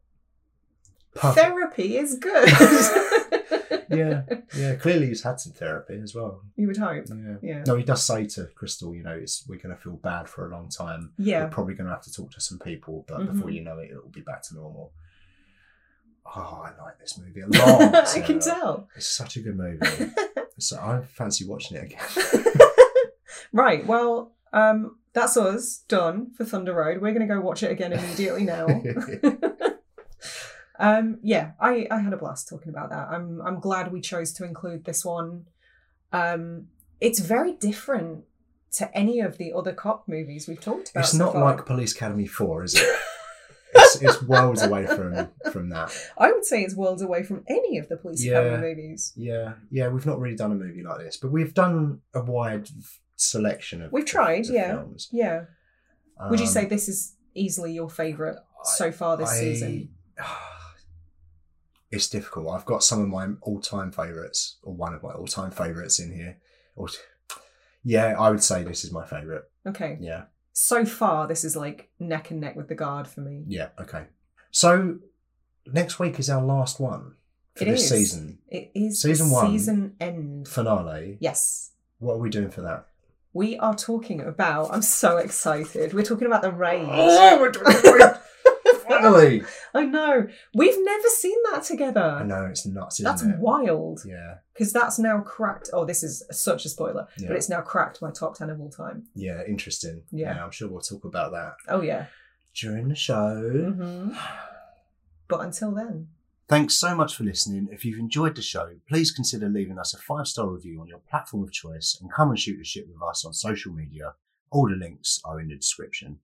therapy is
[laughs]
good. [laughs]
yeah, yeah. Clearly, he's had some therapy as well.
you would hope.
Yeah.
Yeah,
No, he does say to Crystal, you know, it's we're going to feel bad for a long time. We're
yeah.
probably going to have to talk to some people, but
Mhm.
before you know it, it will be back to normal. Oh, I like this movie a lot.
[laughs] I can
Sarah.
tell.
It's such a good
[laughs]
movie. so I fancy watching it again.
Right. Well, um, that's us done for Thunder Road. We're going to go watch it again immediately
[laughs]
now. Um, yeah, I, I had a blast talking about that. I'm I'm glad we chose to include this one. Um, it's very different to any of the other cop movies we've talked about.
it's
so
not
far.
like Police Academy 4, is it? it's, it's worlds away from from that.
I would say it's worlds away from any of the Police
Yeah.
Academy movies.
Yeah, yeah, we've not really done a movie like this, but we've done a wide selection of
We've tried,
of
yeah.
films.
Yeah. Would you
Um,
say this is easily your favourite so far this
I-
season?
[sighs] It's difficult. I've got some of my all-time favorites, or one of my all-time favorites in here. Or, yeah, I would say this is my favorite.
Okay.
Yeah,
So far, this is like neck and neck with the guard for me.
yeah, okay. So next week is our last one for
It
this
is.
season
It is
Season one.
Season end.
finale.
Yes.
What are we doing for that?
We are talking about. I'm so excited. We're talking about the raid.
[gasps] Oh, we're doing it! [laughs] finally.
I know. We've never seen that
I
together.
know it's nuts, isn't
That's
it?
wild.
Yeah,
Because that's now cracked. Oh, this is such a spoiler,
Yeah.
but it's now cracked my top 10 of all time.
yeah, interesting.
Yeah.
I'm sure we'll talk about that
Oh, yeah.
during the show.
hmm But until then,
Thanks so much for listening. If you've enjoyed the show, please consider leaving us a five star review on your platform of choice and come and shoot the shit with us on social media. All the links are in the description.